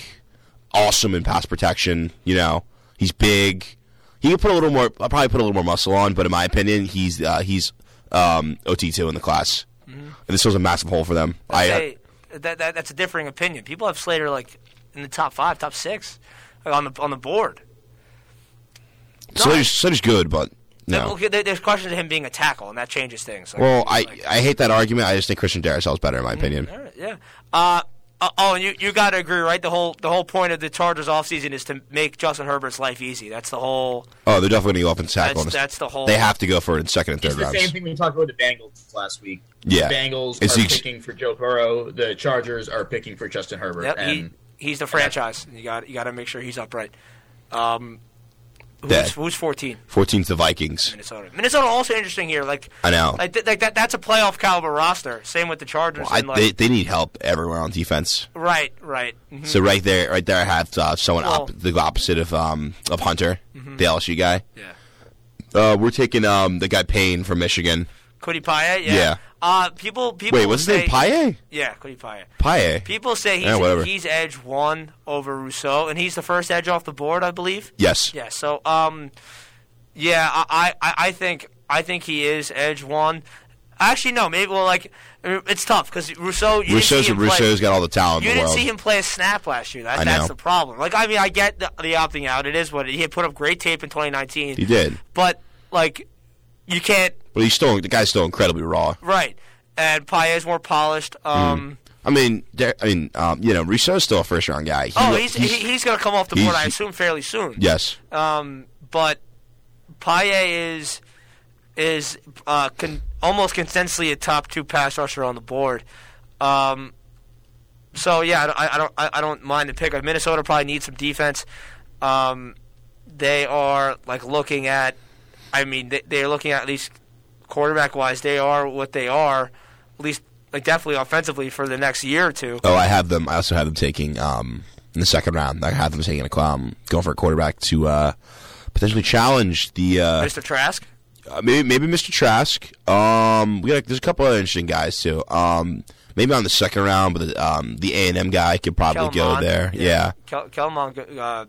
awesome in pass protection. You know, he's big. He could put a little more, I'll probably put a little more muscle on, but in my opinion, he's uh, he's um, OT two in the class, Mm-hmm. and this was a massive hole for them. I, uh, Hey, that, that that's a differing opinion. People have Slater like in the top five, top six, like, on the on the board. Slater's, Slater's good, but Well, no. okay, there- there's questions of him being a tackle, and that changes things. Like, Well, I I hate that argument. I just think Christian Darisol is better in my opinion. all right, yeah. Uh, uh, oh, and you, you got to agree, right? The whole the whole point of the Chargers offseason is to make Justin Herbert's life easy. That's the whole. Oh, they're definitely going to go offensive tackle. That's, that's the whole. they have to go for it in second and It's third the rounds. same thing we talked about the Bengals last week. Yeah. The Bengals It's are the ex- picking for Joe Burrow. The Chargers are picking for Justin Herbert. Yep, and he, he's the franchise. You got you got to make sure he's upright. Um, Dad. who's, who's 14? 14th, the Vikings. Minnesota. Minnesota also interesting here. Like I know. Like, th- like that, that's a playoff caliber roster. Same with the Chargers. I, and, like, they, they need help everywhere on defense. right, right. Mhm. So right there, right there, I have uh, someone Well- Mm-hmm. op- the opposite of um, of Hunter, the LSU guy. Yeah. Uh, we're taking um, the guy Payne from Michigan. Cody Paya, yeah. Yeah. Uh, people, people. Wait, what's his say, name? Paye? Yeah, Cody Paya. Paye. People say he's, Yeah, whatever. he's edge one over Rousseau, and he's the first edge off the board, I believe. Yes. Yeah. So, um, yeah, I, I, I think I think he is edge one. Actually, no, maybe. Well, like it's tough because Rousseau. You didn't Rousseau's see him play. Rousseau's got all the talent You in the didn't world. see him play a snap last year. That, I that's know. the problem. Like, I mean, I get the, the opting out. It is what it, he had put up great tape in 2019. He did, but like, you can't. but he's still the guy's still incredibly raw. Right. And Paye's more polished. Um, I mean, there, I mean, um, you know, Rousseau's still a first round guy. He, oh, look- he's he's, he's going to come off the he's- board, I assume, fairly soon. yes. Um, but Paye is is uh, con- almost consensually a top two pass rusher on the board. Um, so yeah, I don't- I, I don't I, I don't mind the pick. Like, Minnesota probably needs some defense. Um, they are like looking at. I mean, they, they're looking at at least quarterback wise. They are what they are. At least like definitely offensively for the next year or two. Oh, I have them. I also have them taking um in the second round. I have them taking a um, going for a quarterback to uh, potentially challenge the uh, Mr. Trask. uh, maybe maybe Mr. Trask. Um, we got there's a couple other interesting guys too. Um, maybe on the second round, but um, the A and M guy could probably go Kelmon. there. Yeah. Kel- Kelmon, uh,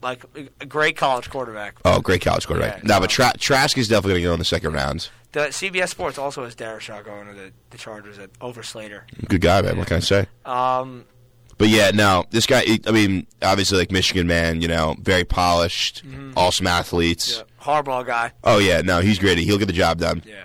like a great college quarterback. Oh, great college quarterback. Yeah, no, but Tra- Trask is definitely going to go in the second round. The CBS Sports also has Darashaw going to the, the Chargers at over Slater. Good guy, man. What can I say? Um, But yeah, no, this guy. he- I mean, obviously, like Michigan man. You know, very polished, awesome athletes. Mm-hmm. yeah, Harbaugh guy. Oh yeah, no, he's great. He'll get the job done. Yeah,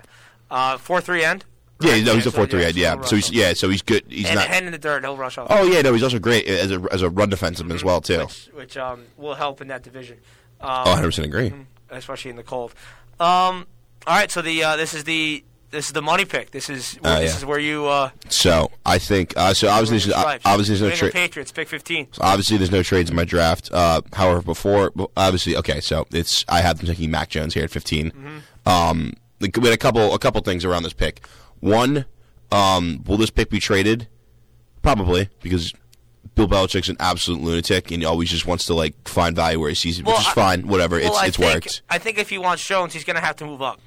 uh, four three end. Yeah, no, he's so, a four three yeah, head. Yeah, he'll so he's rush yeah, so he's good. He's And not. hand in the dirt, he'll rush off, Oh yeah, no, he's also great as a as a run defenseman as well too. which, which um, will help in that division, Mm-hmm. Oh, 100 percent agree. Um, especially in the cold. Um, all right, so the uh, this is the this is the money pick. This is Oh, this yeah. is where you uh, So I think uh, so. Obviously, stripes. obviously, New there's no England trade. Patriots pick fifteen. Obviously, there's no trades in my draft. Uh, however, before obviously, okay, so it's I have them taking Mac Jones here at 15. Mm-hmm. Um, like, we had a couple a couple things around this pick. One, um, will this pick be traded? Probably because Bill Belichick's an absolute lunatic and he always just wants to like find value where he sees it, Well, which is I- fine. Whatever, well, it's I it's think, worked. I think if he wants Jones, he's going to have to move up.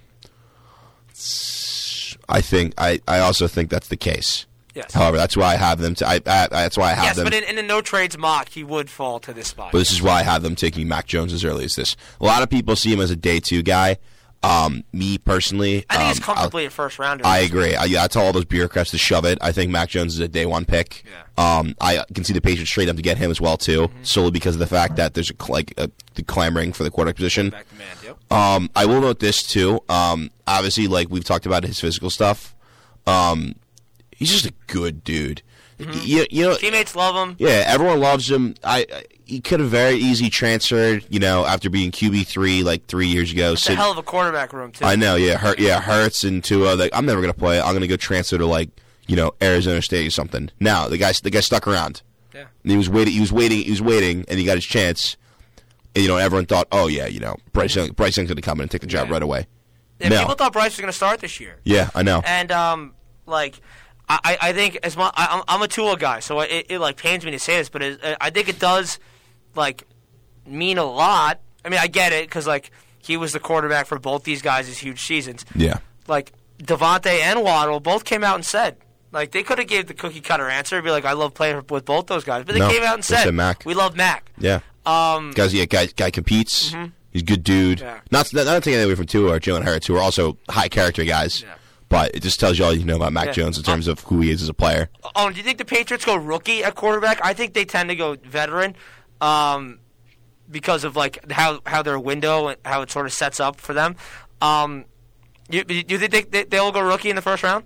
I think I, I also think that's the case. Yes. However, that's why I have them. To, I, I that's why I have Yes, them. but in, in the no trades mock, he would fall to this spot. but this is why I have them taking Mac Jones as early as this. A lot of people see him as a day two guy. Um, me personally, I think um, he's comfortably a first rounder. I, I agree. I, yeah, I tell all those bureaucrats to shove it. I think Mac Jones is a day one pick. Um, I can see the Patriots trade up to get him as well too, Mm-hmm. solely because of the fact that there's a, cl- like a, the clamoring for the quarterback position. Back to man, yep. Um, I will note this too. Um, obviously, like we've talked about his physical stuff. Um, he's just a good dude. Mm-hmm. You, you know, Teammates love him. yeah, everyone loves him. I, I he could have very easy transferred. You know, after being QB three like three years ago. It's Sid- a hell of a quarterback room too. I know. Yeah, hurt. Yeah, Hurts and Tua. Like, I'm never gonna play. I'm gonna go transfer to like you know Arizona State or something. Now the guy, the guy stuck around. Yeah. And he was waiting. He was waiting. He was waiting, and he got his chance. And you know, everyone thought, oh yeah, you know, Bryce Young, Bryce Young's gonna come in and take the job Yeah. right away. Yeah, no. People thought Bryce was going to start this year, Yeah, I know. and um, like. I, I- I think as my I, I'm- I'm a Tua guy, so it, it like pains me to say this, but it, I think it does like mean a lot. I mean, I get it because like he was the quarterback for both these guys' huge seasons. Yeah. like Devontae and Waddle both came out and said like they could have gave the cookie cutter answer and be like I love playing with both those guys but they No, came out and they said said Mac. we love Mac Yeah. um Mm-hmm. Guys, yeah, guy, guy competes. He's a good dude. Yeah. Not, not not taking anything away from Tua or Jalen Hurts, who are also high character guys. Yeah. But it just tells you all you know about Mac Yeah. Jones in terms of who he is as a player. oh do you think the Patriots go rookie at quarterback I think they tend to go veteran um because of like how how their window and how it sort of sets up for them um you do you think they, they, they'll go rookie in the first round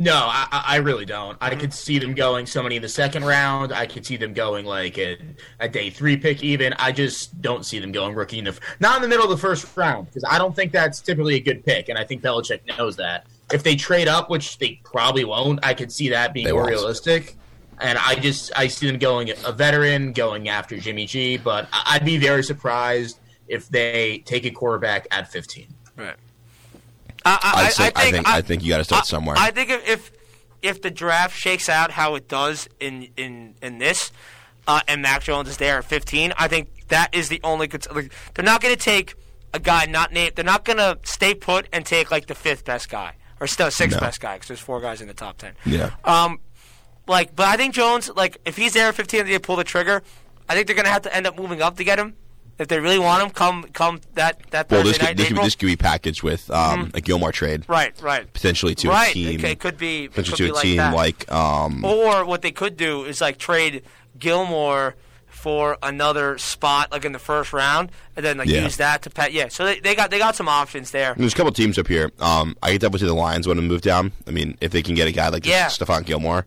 No, I, I I really don't. I could see them going somebody in the second round. I could see them going like a, a day three pick even. I just don't see them going rookie in the f- not in the middle of the first round because I don't think that's typically a good pick, and I think Belichick knows that. If they trade up, which they probably won't, I could see that being They more won't. realistic. And I just I see them going a veteran, going after Jimmy G. But I- I'd be very surprised if they take a quarterback at fifteen. right I I, I, say, I, I think I, think you got to start somewhere. I think if, if if the draft shakes out how it does in in in this, uh, and Mac Jones is there at 15, I think that is the only good. Like, they're not going to take a guy not named. They're not going to stay put and take like the fifth best guy or still sixth No. best guy because there's four guys in the top ten. yeah, Um, like, but I think Jones, like, if he's there at 15 and they pull the trigger, I think they're going to have to end up moving up to get him. If they really want him, come come that that well, Thursday this night, could, this, in could, April. this could be packaged with um, a Gilmore trade right, right, potentially to right. a team, okay, it could be it could potentially be to a like team that. like um, Or what they could do is like trade Gilmore for another spot, like in the first round, and then like Yeah. use that to pet. Yeah, so they, they got they got some options there. There's a couple teams up here. Um, I could definitely see the Lions want to move down. I mean, if they can get a guy like Yeah. Mm-hmm. Stephon Gilmore,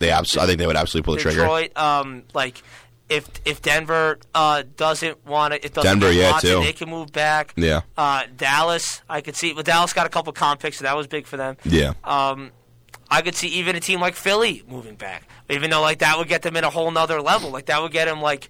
they abs- I think they would absolutely pull the trigger. Detroit, um, like if if Denver uh, doesn't want it, it doesn't Denver, get yeah, Watson, too. They can move back. Yeah, Uh, Dallas, I could see. Well, Dallas got a couple comp picks, so that was big for them. yeah. Um, I could see even a team like Philly moving back, even though like that would get them in a whole nother level. Like that would get them like,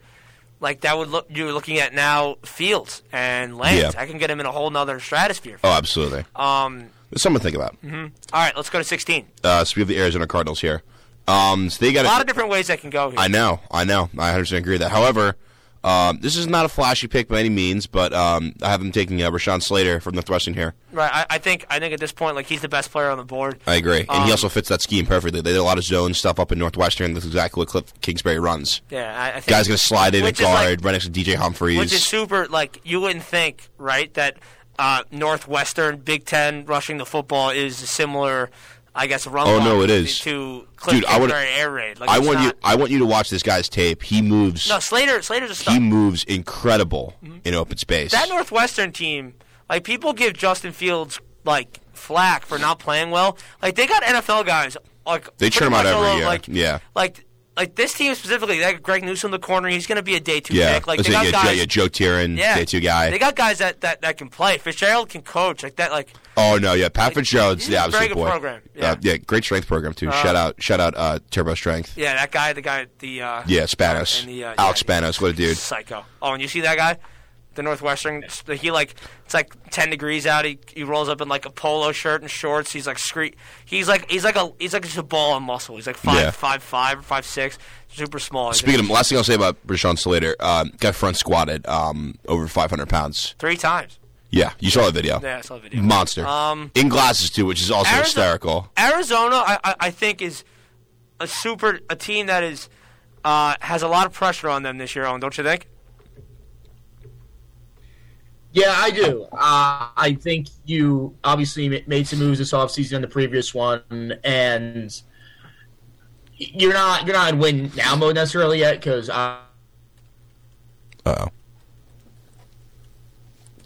like that would look you're looking at now Fields and Lance. Yeah. I can get them in a whole nother stratosphere. oh, absolutely. Um, It's something to think about. all right, let's go to sixteen. Uh, so we have the Arizona Cardinals here. Um, so they got A lot of different ways that can go here. I know, I know. I 100% agree with that. However, um, this is not a flashy pick by any means, but um, I have them taking uh, Rashawn Slater from Northwestern here. right, I, I think I think at this point like he's the best player on the board. I agree, and Um, he also fits that scheme perfectly. They did a lot of zone stuff up in Northwestern. That's exactly what Cliff Kingsbury runs. yeah, I, I think Guy's gonna slide in at Which is like- guard right next to DJ Humphreys. which is super. Like you wouldn't think, right? That uh, Northwestern Big Ten rushing the football is a similar. I guess run. Oh, no, block it is. to Cliff Dude, I would- Kingsbury air raid. Like, I it's want you. not- I want you to watch this guy's tape. He moves. No, Mm-hmm. Slater. Slater's a he stud. moves incredible in open space. That Northwestern team, like people give Justin Fields like flack for not playing well. Like they got NFL guys. Like they churn him pretty out much all every over, year. Like, yeah, like like this team specifically, that Greg Newsom, the corner, he's going to be a day two Yeah, pick. Like So they got yeah, Joe- guys, yeah, Joe Tieran, yeah, day two guy. They got guys that, that, that can play. Fitzgerald can coach like that. Like Oh no, yeah, Pat Fitzgerald's he's yeah, a very obviously good boy. program, Uh, yeah, great strength program too. shout out, shout out, uh, Turbo Strength. yeah, that guy, the guy, the uh, Yeah, Spanos, and the, uh, Alex yeah, Spanos, what a dude. psycho. Oh, and you see that guy, the Northwestern. He like it's like ten degrees out. He, he rolls up in like a polo shirt and shorts. He's like scree- He's like he's like a he's like just a ball of muscle. He's like five Yeah. five five or five six, super small. He's Speaking like of, last thing I'll say about Rashawn Slater, um, got front squatted um, over 500 pounds. three times. Yeah, you saw the video. Yeah, I saw the video. Monster. Um, In glasses too, which is also Arizo- hysterical. Arizona, I, I, I think is a super a team that is uh, has a lot of pressure on them this year. Owen, don't you think? Yeah, I do. Uh, I think you obviously ma- made some moves this offseason on the previous one, and you're not you're not in win now mode necessarily yet because uh, Uh oh.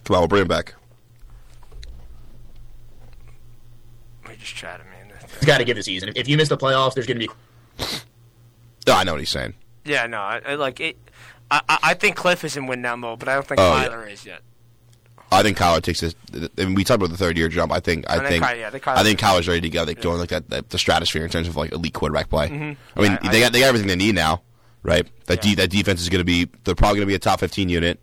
Come on, we'll bring him back. We just chatted, man. it's got to give the season. If you miss the playoffs, there's going to be Oh, I know what he's saying. Yeah, no, I, I like it. I, I I think Cliff is in win now mode, but I don't think Oh, Tyler is yet. I think Kyler takes this. And we talked about the third year jump. I think. I, think think. Ky- yeah, I think Kyler- I think Kyler's ready to go. Like going like that, that, the stratosphere in terms of like elite quarterback play. I mean, Mm-hmm. Yeah, I- they got they got everything they need now, right? That Yeah. de- that defense is going to be. They're probably going to be a top fifteen unit.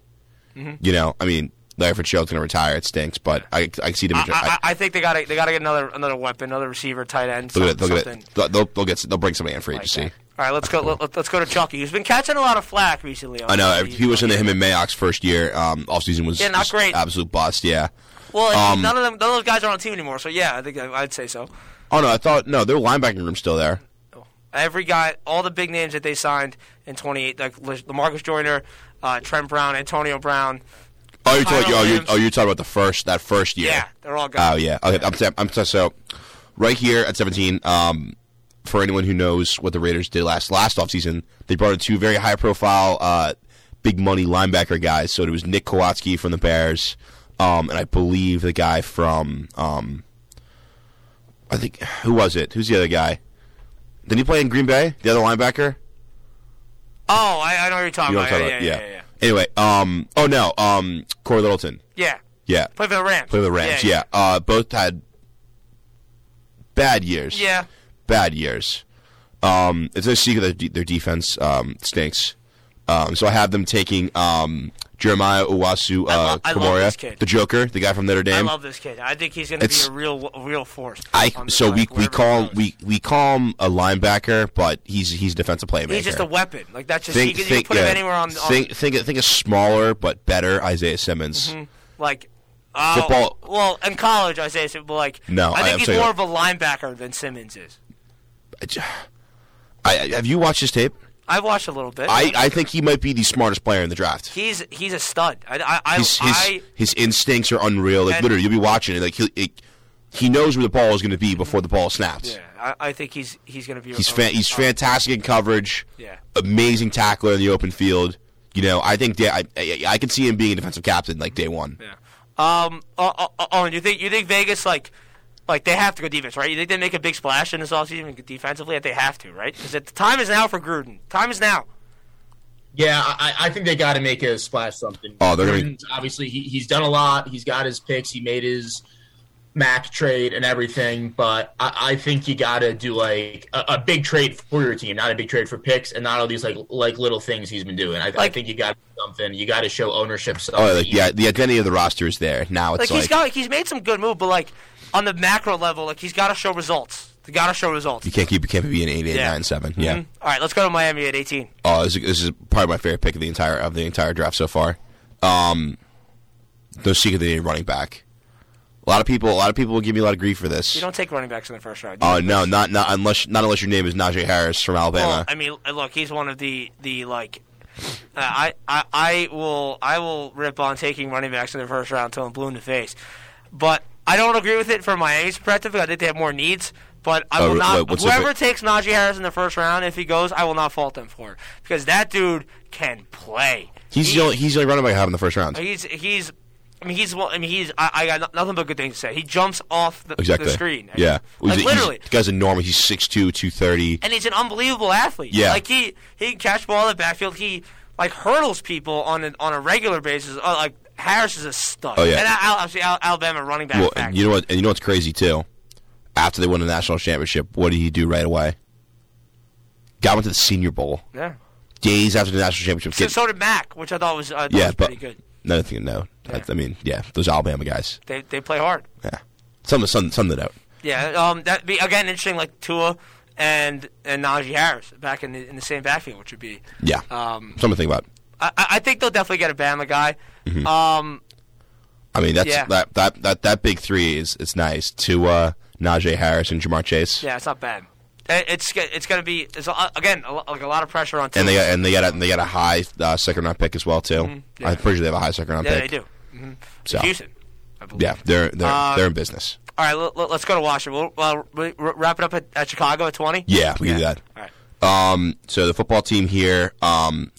Mm-hmm. You know, I mean, Larry Fitzgerald's going to retire. It stinks, but I I see them. I, I, I, I think they got to they got to get another another weapon, another receiver, tight end, look some- at it. Look at something it. They'll, they'll, they'll get. They'll bring somebody in for like agency. that. All right, let's go. Let, us go to Chucky, who's been catching a lot of flack recently. I know. He's- He was into him in Mayock's first year. Um, offseason was Yeah, not just great. Absolute bust. Yeah. Well, it's- um, none of them, none of those guys are on the team anymore. So yeah, I think I, I'd say so. Oh no, I thought no. Their linebacking room's still there. Every guy, all the big names that they signed in 28, like Le- Lamarcus Joyner, uh, Trent Brown, Antonio Brown. Oh, you're talking, Kyler oh, you're, Williams. oh, you're talking about the first that first year. Yeah, they're all gone. Oh yeah. Okay. I'm, sa- I'm sa- so right here at 17. Um, for anyone who knows what the Raiders did last last offseason, they brought in two very high profile, uh, big money linebacker guys. So it was Nick Kowatsky from the Bears, um, and I believe the guy from um, I think who was it? Who's the other guy? Did he play in Green Bay? The other linebacker? Oh, I, I know what you're talking You know what about. I'm talking Oh, yeah, about? yeah, yeah, yeah, Anyway, um, oh no, um, Corey Littleton. yeah. Yeah. Play for the Rams. Play with the Rams. Yeah, Uh, both had bad years. yeah. bad years. Um, it's no secret that de- their defense um, stinks. Um, so I have them taking um, Jeremiah Uwasu I lo- uh, I love Kamara, this kid. the Joker, the guy from Notre I Dame. love this kid. I think he's going to be It's- a real, a real force. I- on the- so we, like, we wherever call he him, goes. we we call him a linebacker, but he's he's a defensive playmaker. He's just a weapon. Like that's just think he can, you think can put yeah. him anywhere on. on think think think a smaller but better Isaiah Simmons. Mm-hmm. like oh, Football- Well, in college, I say, but like No, I I- think I'm he's saying- more of a linebacker than Simmons is. I j- I, I- have you watched his tape? I've watched a little bit. I, I think he might be the smartest player in the draft. he's he's a stud. I I, I, his his, I his instincts are unreal. Like And- literally, you'll be watching it. Like he it, he knows where the ball is going to be before the ball snaps. yeah, I, I think he's he's going to be. He's a, fan, he's a- fantastic in coverage. Yeah. amazing tackler in the open field. You know, I think day, I, I I can see him being a defensive captain like day one. Yeah. Um. Oh, oh, oh, and you think you think Vegas like, like they have to go defense, right? You think they make a big splash in this offseason defensively? That they have to, right? Because the time is now for Gruden. Time is now. Yeah, I, I think they got to make a splash something. Oh, they're gonna be- Gruden's- obviously he, he's done a lot. He's got his picks. He made his Mac trade and everything, but I, I think you got to do like a, a big trade for your team, not a big trade for picks, and not all these like like little things he's been doing. I, I Like- think you got something. You got to show ownership. Something. Oh, like, yeah, the identity of the roster is there now. Like It's he's like, got he's made some good move, but like on the macro level, like he's got to show results. They got to show results. you can't keep you can't be an eight eight Yeah. nine seven. Yeah. Mhm. All right, let's go to Miami at 18. Oh, this is, this is probably my favorite pick of the entire of the entire draft so far. Um, no secret they need a running back. A lot of people, a lot of people will give me a lot of grief for this. You don't take running backs in the first round. Oh no, not not unless not unless your name is Najee Harris from Well, Alabama. I mean, look, he's one of the the like. Uh, I, I I will I will rip on taking running backs in the first round until I'm blue in the face, but I don't agree with it from Miami's perspective. I think they have more needs, but I Oh, will wait, not. what's the whoever big- takes Najee Harris in the first round, if he goes, I will not fault them for it because that dude can play. he's He- the only, he's the only running back I have in the first round. He's he's I mean, he's. one- I mean, he's. I, I got no- nothing but good things to say. He jumps off the, Exactly. the screen. I Yeah. mean, like He's- literally. he's- the guy's enormous. He's 6'2", 230. and he's an unbelievable athlete. Yeah. like he he can catch ball in the backfield. He like hurdles people on a, on a regular basis. Uh, like Harris is a stud. Oh, yeah. and Al, obviously Al, Alabama running back. Well, fact. and you know what? And you know what's crazy too? After they won the national championship, what did he do right away? Got into the Senior Bowl yeah. days after the national championship. So, Kid- so did Mac, which I thought was, I thought yeah, was but pretty good. another thing, no. I, Yeah. I mean, yeah, those Alabama guys. They they play hard. Yeah, some some some that out. Yeah, um, that be again interesting. Like Tua and and Najee Harris back in the in the same backfield, which would be. Yeah, Um, something to think about. I, I I think they'll definitely get a Bama guy. Mm-hmm. Um, I mean, that's yeah. that, that that that big three is it's nice to uh, Najee Harris and Jamar Chase. yeah, it's not bad. It- It's go- it's gonna be it's a, again a, lo- like a lot of pressure on. Tua. And they got, and they got a, and they got a high uh, second round pick as well too. Mm-hmm. yeah. I'm pretty sure they have a high second round yeah, pick. they do. hmm So. Houston, I believe. Yeah, they're they're, Uh, they're in business. All right, let, let, let's go to Washington. We'll, uh, we wrap it up at, at Chicago at twenty. Yeah, we can do Yeah. that. All right. Um, so the football team here, um,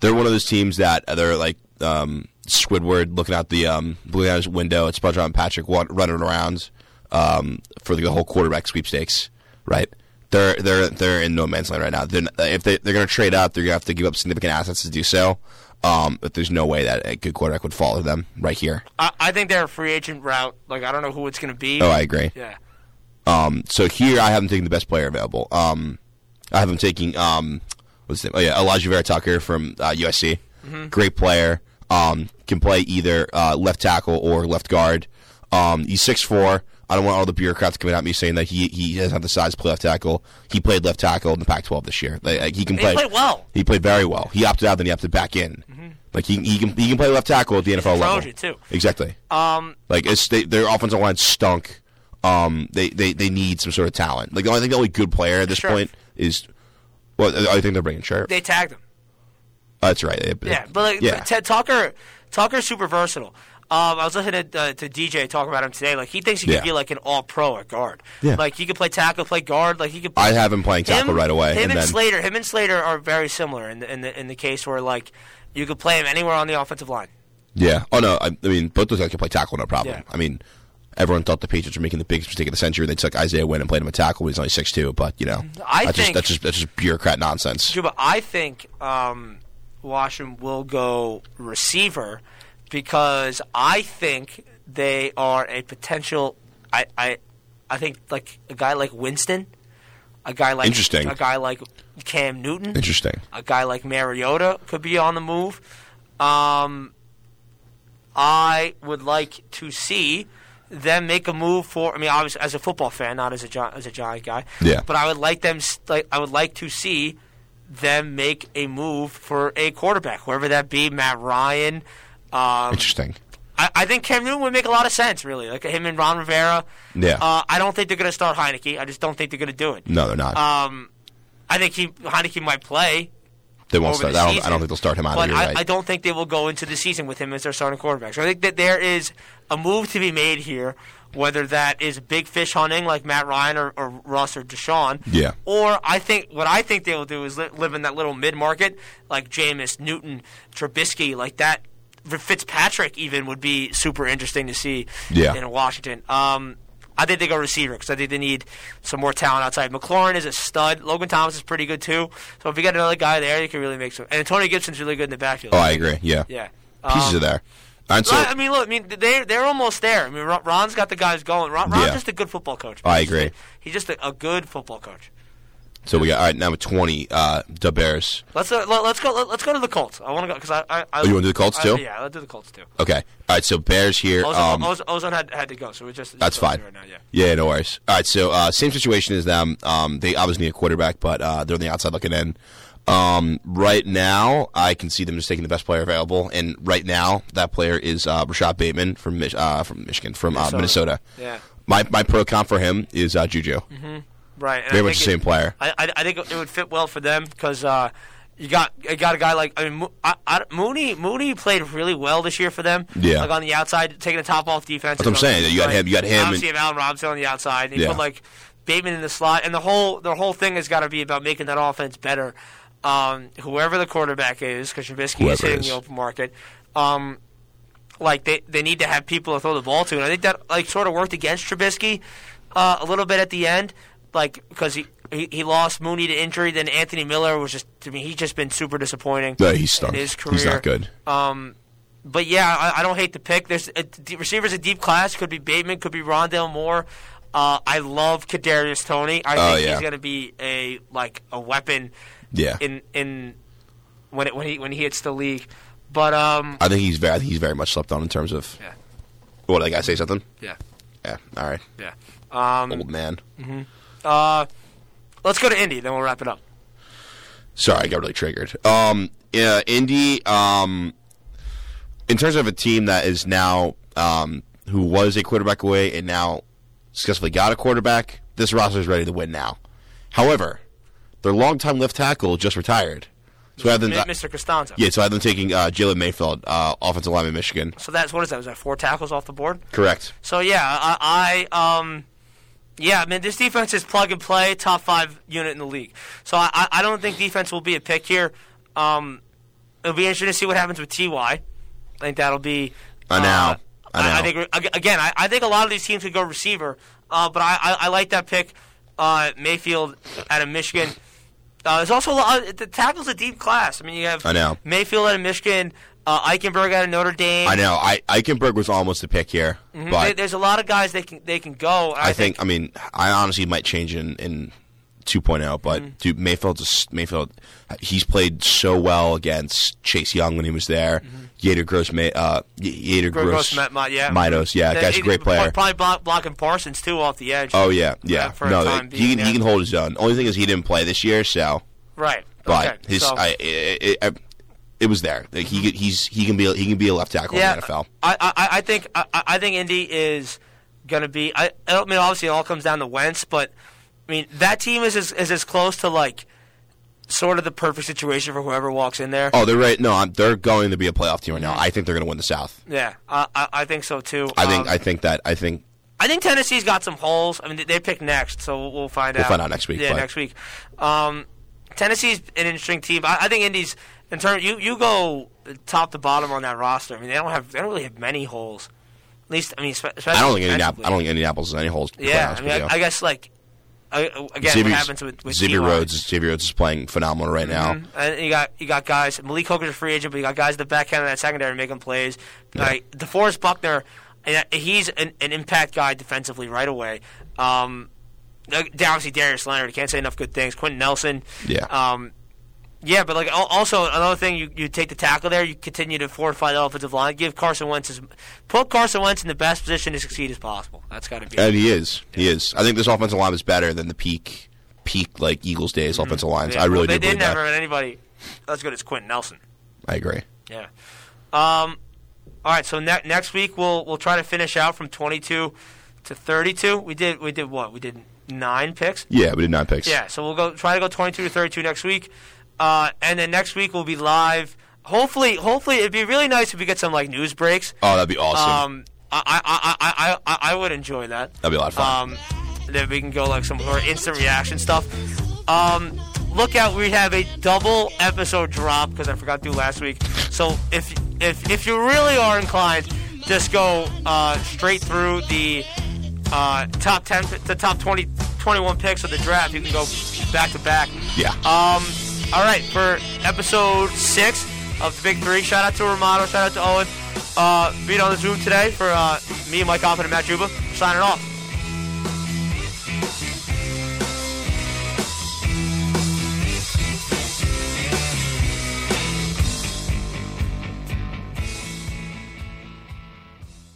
they're one of those teams that uh, they're like um, Squidward looking out the um, looking out his window at SpongeBob and Patrick wa- running around um, for the whole quarterback sweepstakes, right? They're they're they're in no man's land right now. They're, n- if they they're going to trade up, they're going to have to give up significant assets to do so. Um, but there's no way that a good quarterback would follow them right here. I, I think they're a free agent route. Like I don't know who it's gonna be. Oh, I agree. yeah. so here I have him taking the best player available. Um, I have him taking um, what's his name? Oh yeah, Elijah Vera Tucker from uh, USC. Mm-hmm. Great player. Um, can play either uh, left tackle or left guard. Um, he's six four. I don't want all the bureaucrats coming at me saying that he he doesn't have the size to play left tackle. He played left tackle in the Pac-12 this year. Like, like, he can And he play. played well. Mm-hmm. He played very well. He opted out, then he opted back in. Like he, he can he can play left tackle at the NFL level Trojan, too. Exactly. Um, Like it's they, their offensive line stunk. Um, they, they they need some sort of talent. Like the only, I think the only good player at this Scherf. point is. Well, I think they're bringing Sheriff. they tagged him. That's right. They- Yeah, but like yeah. Ted Tucker, Tucker's super versatile. Um, I was listening to, uh, to DJ talk about him today. Like he thinks he Yeah. could be like an all pro at guard. Yeah. Like he could play tackle, play guard. Like he could. I have him playing tackle him, right away, Him and, and then Slater, him and Slater are very similar in the, in the in the case where like you could play him anywhere on the offensive line. yeah. Oh no, I, I mean both those guys can play tackle no problem. Yeah. I mean, everyone thought the Patriots were making the biggest mistake of the century. They took Isaiah Wynn and played him a tackle. when He's only six two, but you know, Mm-hmm. I that's think- just, that's just that's just bureaucrat nonsense. Juba, I think um, Washington will go receiver because I think they are a potential. I, I, I think like a guy like Winston, a guy like Interesting. a guy like Cam Newton, Interesting. a guy like Mariota could be on the move. Um, I would like to see them make a move for. I mean, obviously, as a football fan, not as a Gi- as a Giant guy. Yeah. But I would like them. s- Like, I would like to see them make a move for a quarterback, whoever that be, Matt Ryan. Um, Interesting. I, I think Cam Newton would make a lot of sense, really. Like him and Ron Rivera. Yeah. Mm. Uh, I don't think they're going to start Heineke. I just don't think they're going to do it. No, they're not. Um, I think he Heineke might play. they won't over start. the I don't, I season. don't think they'll start him out. But You're I, right. I don't think they will go into the season with him as their starting quarterback. So I think that there is a move to be made here, whether that is big fish hunting like Matt Ryan or, or Russ or Deshaun. Yeah. Or I think what I think they will do is li- live in that little mid market like Jameis, Newton, Trubisky, like that. Fitzpatrick even would be super interesting to see Yeah. in Washington. Um, I think they go receiver because I think they need some more talent outside. McLaurin is a stud. Logan Thomas is pretty good too. So if you got another guy there, you can really make some. And Antonio Gibson's really good in the backfield. oh, I agree. Yeah. yeah. Pieces Um, are there. And so, I I mean, look, I mean, they they're almost there. I mean, Ron- Ron's got the guys going. Ron, Ron's Yeah. just a good football coach. I agree. He's just a, a good football coach. So we got all right now with twenty. Uh, the Bears. Let's uh, let, us go. Let, us go to the Colts. I want to go because I, I, I Oh, you wanna do the Colts, I- too? yeah, let's do the Colts too. Okay. All right. So Bears here. Ozone, Um, Oz- Ozone had, had to go, so we just just that's go fine. right now. Yeah. Yeah. No worries. All right. So uh, same situation as them. Um, they obviously need a quarterback, but uh, they're on the outside looking in. Um, right now, I can see them just taking the best player available, and right now that player is uh, Rashad Bateman from Mich- uh, from Michigan from uh, Minnesota. Minnesota. Yeah. My my pro comp for him is uh, Juju. Right. and I Very much the think same it- player. I, I, I think it would fit well for them because uh, you got you got a guy like I mean Mo- I, I, Mooney Mooney played really well this year for them. Yeah. like on the outside, taking the top off defense. That's what I'm saying. You got him- you got him Obviously, and, Allen Robinson on the outside. They Yeah. put like Bateman in the slot, and the whole the whole thing has got to be about making that offense better. Um, whoever the quarterback is, because Trubisky Whoever is hitting it is. the open market. Um, like they, they need to have people to throw the ball to. And I think that like sort of worked against Trubisky uh, a little bit at the end, like because he, he he lost Mooney to injury. Then Anthony Miller was just I mean he's just been super disappointing. No, he's stunk. in his career. He's not good. Um, but yeah, I, I don't hate the pick. There's uh, d- receivers a deep class. Could be Bateman. Could be Rondell Moore. Uh, I love Kadarius Tony. I Oh, think yeah. he's going to be a like a weapon yeah, in in when it, when he when he hits the league. But um, I think he's very. I think he's very much slept on in terms of. Yeah. What did I say? Something? yeah, Yeah. All right. yeah. Um, Old man. uh, let's go to Indy, then we'll wrap it up. Sorry, I got really triggered. Um, yeah, Indy. Um, in terms of a team that is now um, who was a quarterback away and now successfully got a quarterback, this roster is ready to win now. However, their longtime left tackle just retired, so I have them. Mi- Mr. Costanzo. Yeah, so I have them taking uh, Jalen Mayfield, uh, offensive lineman, Michigan. So that's what is that? Was that four tackles off the board? Correct. So yeah, I, I um, yeah, I mean this defense is plug and play, top five unit in the league. So I- I, I don't think defense will be a pick here. Um, it'll be interesting to see what happens with Ty. I think that'll be. I know. uh, I know. I, think ag- again. I, I think a lot of these teams could go receiver, uh, but I, I, I like that pick, uh, Mayfield out of Michigan. Uh, there's also a lot, the tackles a deep class. I mean, you have I know. Mayfield out of Michigan, uh, Eichenberg out of Notre Dame. I know. I Eichenberg was almost a pick here, but There- there's a lot of guys they can they can go. and I think, I mean I honestly might change in in 2.0, but Mm. dude Mayfield just Mayfield he's played so well against Chase Young when he was there. Yader Gross May, uh Y- Yader Greg Gross, Mm-hmm. Gross, Matt Ma- yeah. Midos, yeah, That- guy's a great player. Probably block, blocking Parsons too off the edge. Oh yeah, yeah. for a No, time he being, can, he yeah. can hold his own. Only thing is he didn't play this year, so right. but okay. his so, Mm-hmm. I, it, it, it was there. Like he could- he's he can be he can be a left tackle yeah, in the NFL. I, I I think I, I I think Indy is going to be. I, I don't mean obviously it all comes down to Wentz, but I mean that team is as, is as close to like sort of the perfect situation for whoever walks in there. Oh, they're right. No, I'm, they're going to be a playoff team right now. I think they're going to win the South. Yeah, I, I I think so too. I think Mm-hmm. Um, I think that I think I think Tennessee's got some holes. I mean, they, they pick next, so we'll, we'll find out. find out next week, Yeah, but- next week. Um, Tennessee's an interesting team. I, I think Indy's in terms you you go top to bottom on that roster. I mean, they don't have they don't really have many holes. At least I mean, spe- especially I [LAUGHS] don't think Indianapolis. defensively. I don't think Indianapolis has any holes. to be quite Yeah, honest I with mean, I, you. I guess like I, again, what Xavier's- happens with with Xavier Eli. Mm-hmm. Rhodes? is- Xavier Rhodes is playing phenomenal right now. And you got you got guys. Malik Hooker's a free agent, but you got guys at the back end of that secondary making plays. Like DeForest Buckner, and he's an, an impact guy defensively right away. Um, like, obviously Darius Leonard can't say enough good things. Quentin Nelson, Yeah. um, yeah, but like al- also another thing, you, you take the tackle there, you continue to fortify the offensive line, give Carson Wentz his, put Carson Wentz in the best position to succeed as possible. That's got to be. And he is. He is. I think this offensive line is better than the peak, peak like Eagles days offensive lines. Mm-hmm. Yeah, I really well, they do believe didn't ever that. have anybody as good as Quentin Nelson. I agree. Yeah. Um, all right. So ne- next week we'll we'll try to finish out from 22 to 32. We did we did what? We did nine picks. Yeah, we did nine picks. Yeah. So we'll go try to go 22 to 32 next week, uh, and then next week we'll be live. Hopefully, hopefully it'd be really nice if we get some like news breaks. Oh, that'd be awesome. Um, I I, I, I, I I would enjoy that. that'd be a lot of fun. Um, that we can go like some more instant reaction stuff. Um, look out, we have a double episode drop because I forgot to do last week. So if if if you really are inclined, just go uh, straight through the uh, top ten, the top 20, 21 picks of the draft. You can go back to back. yeah. Um, all right, for episode six of the Big Three, shout out to Romano, shout out to Owen. Uh, being on the Zoom today for uh, me, Mike Coffin, and Matt Juba. Signing off.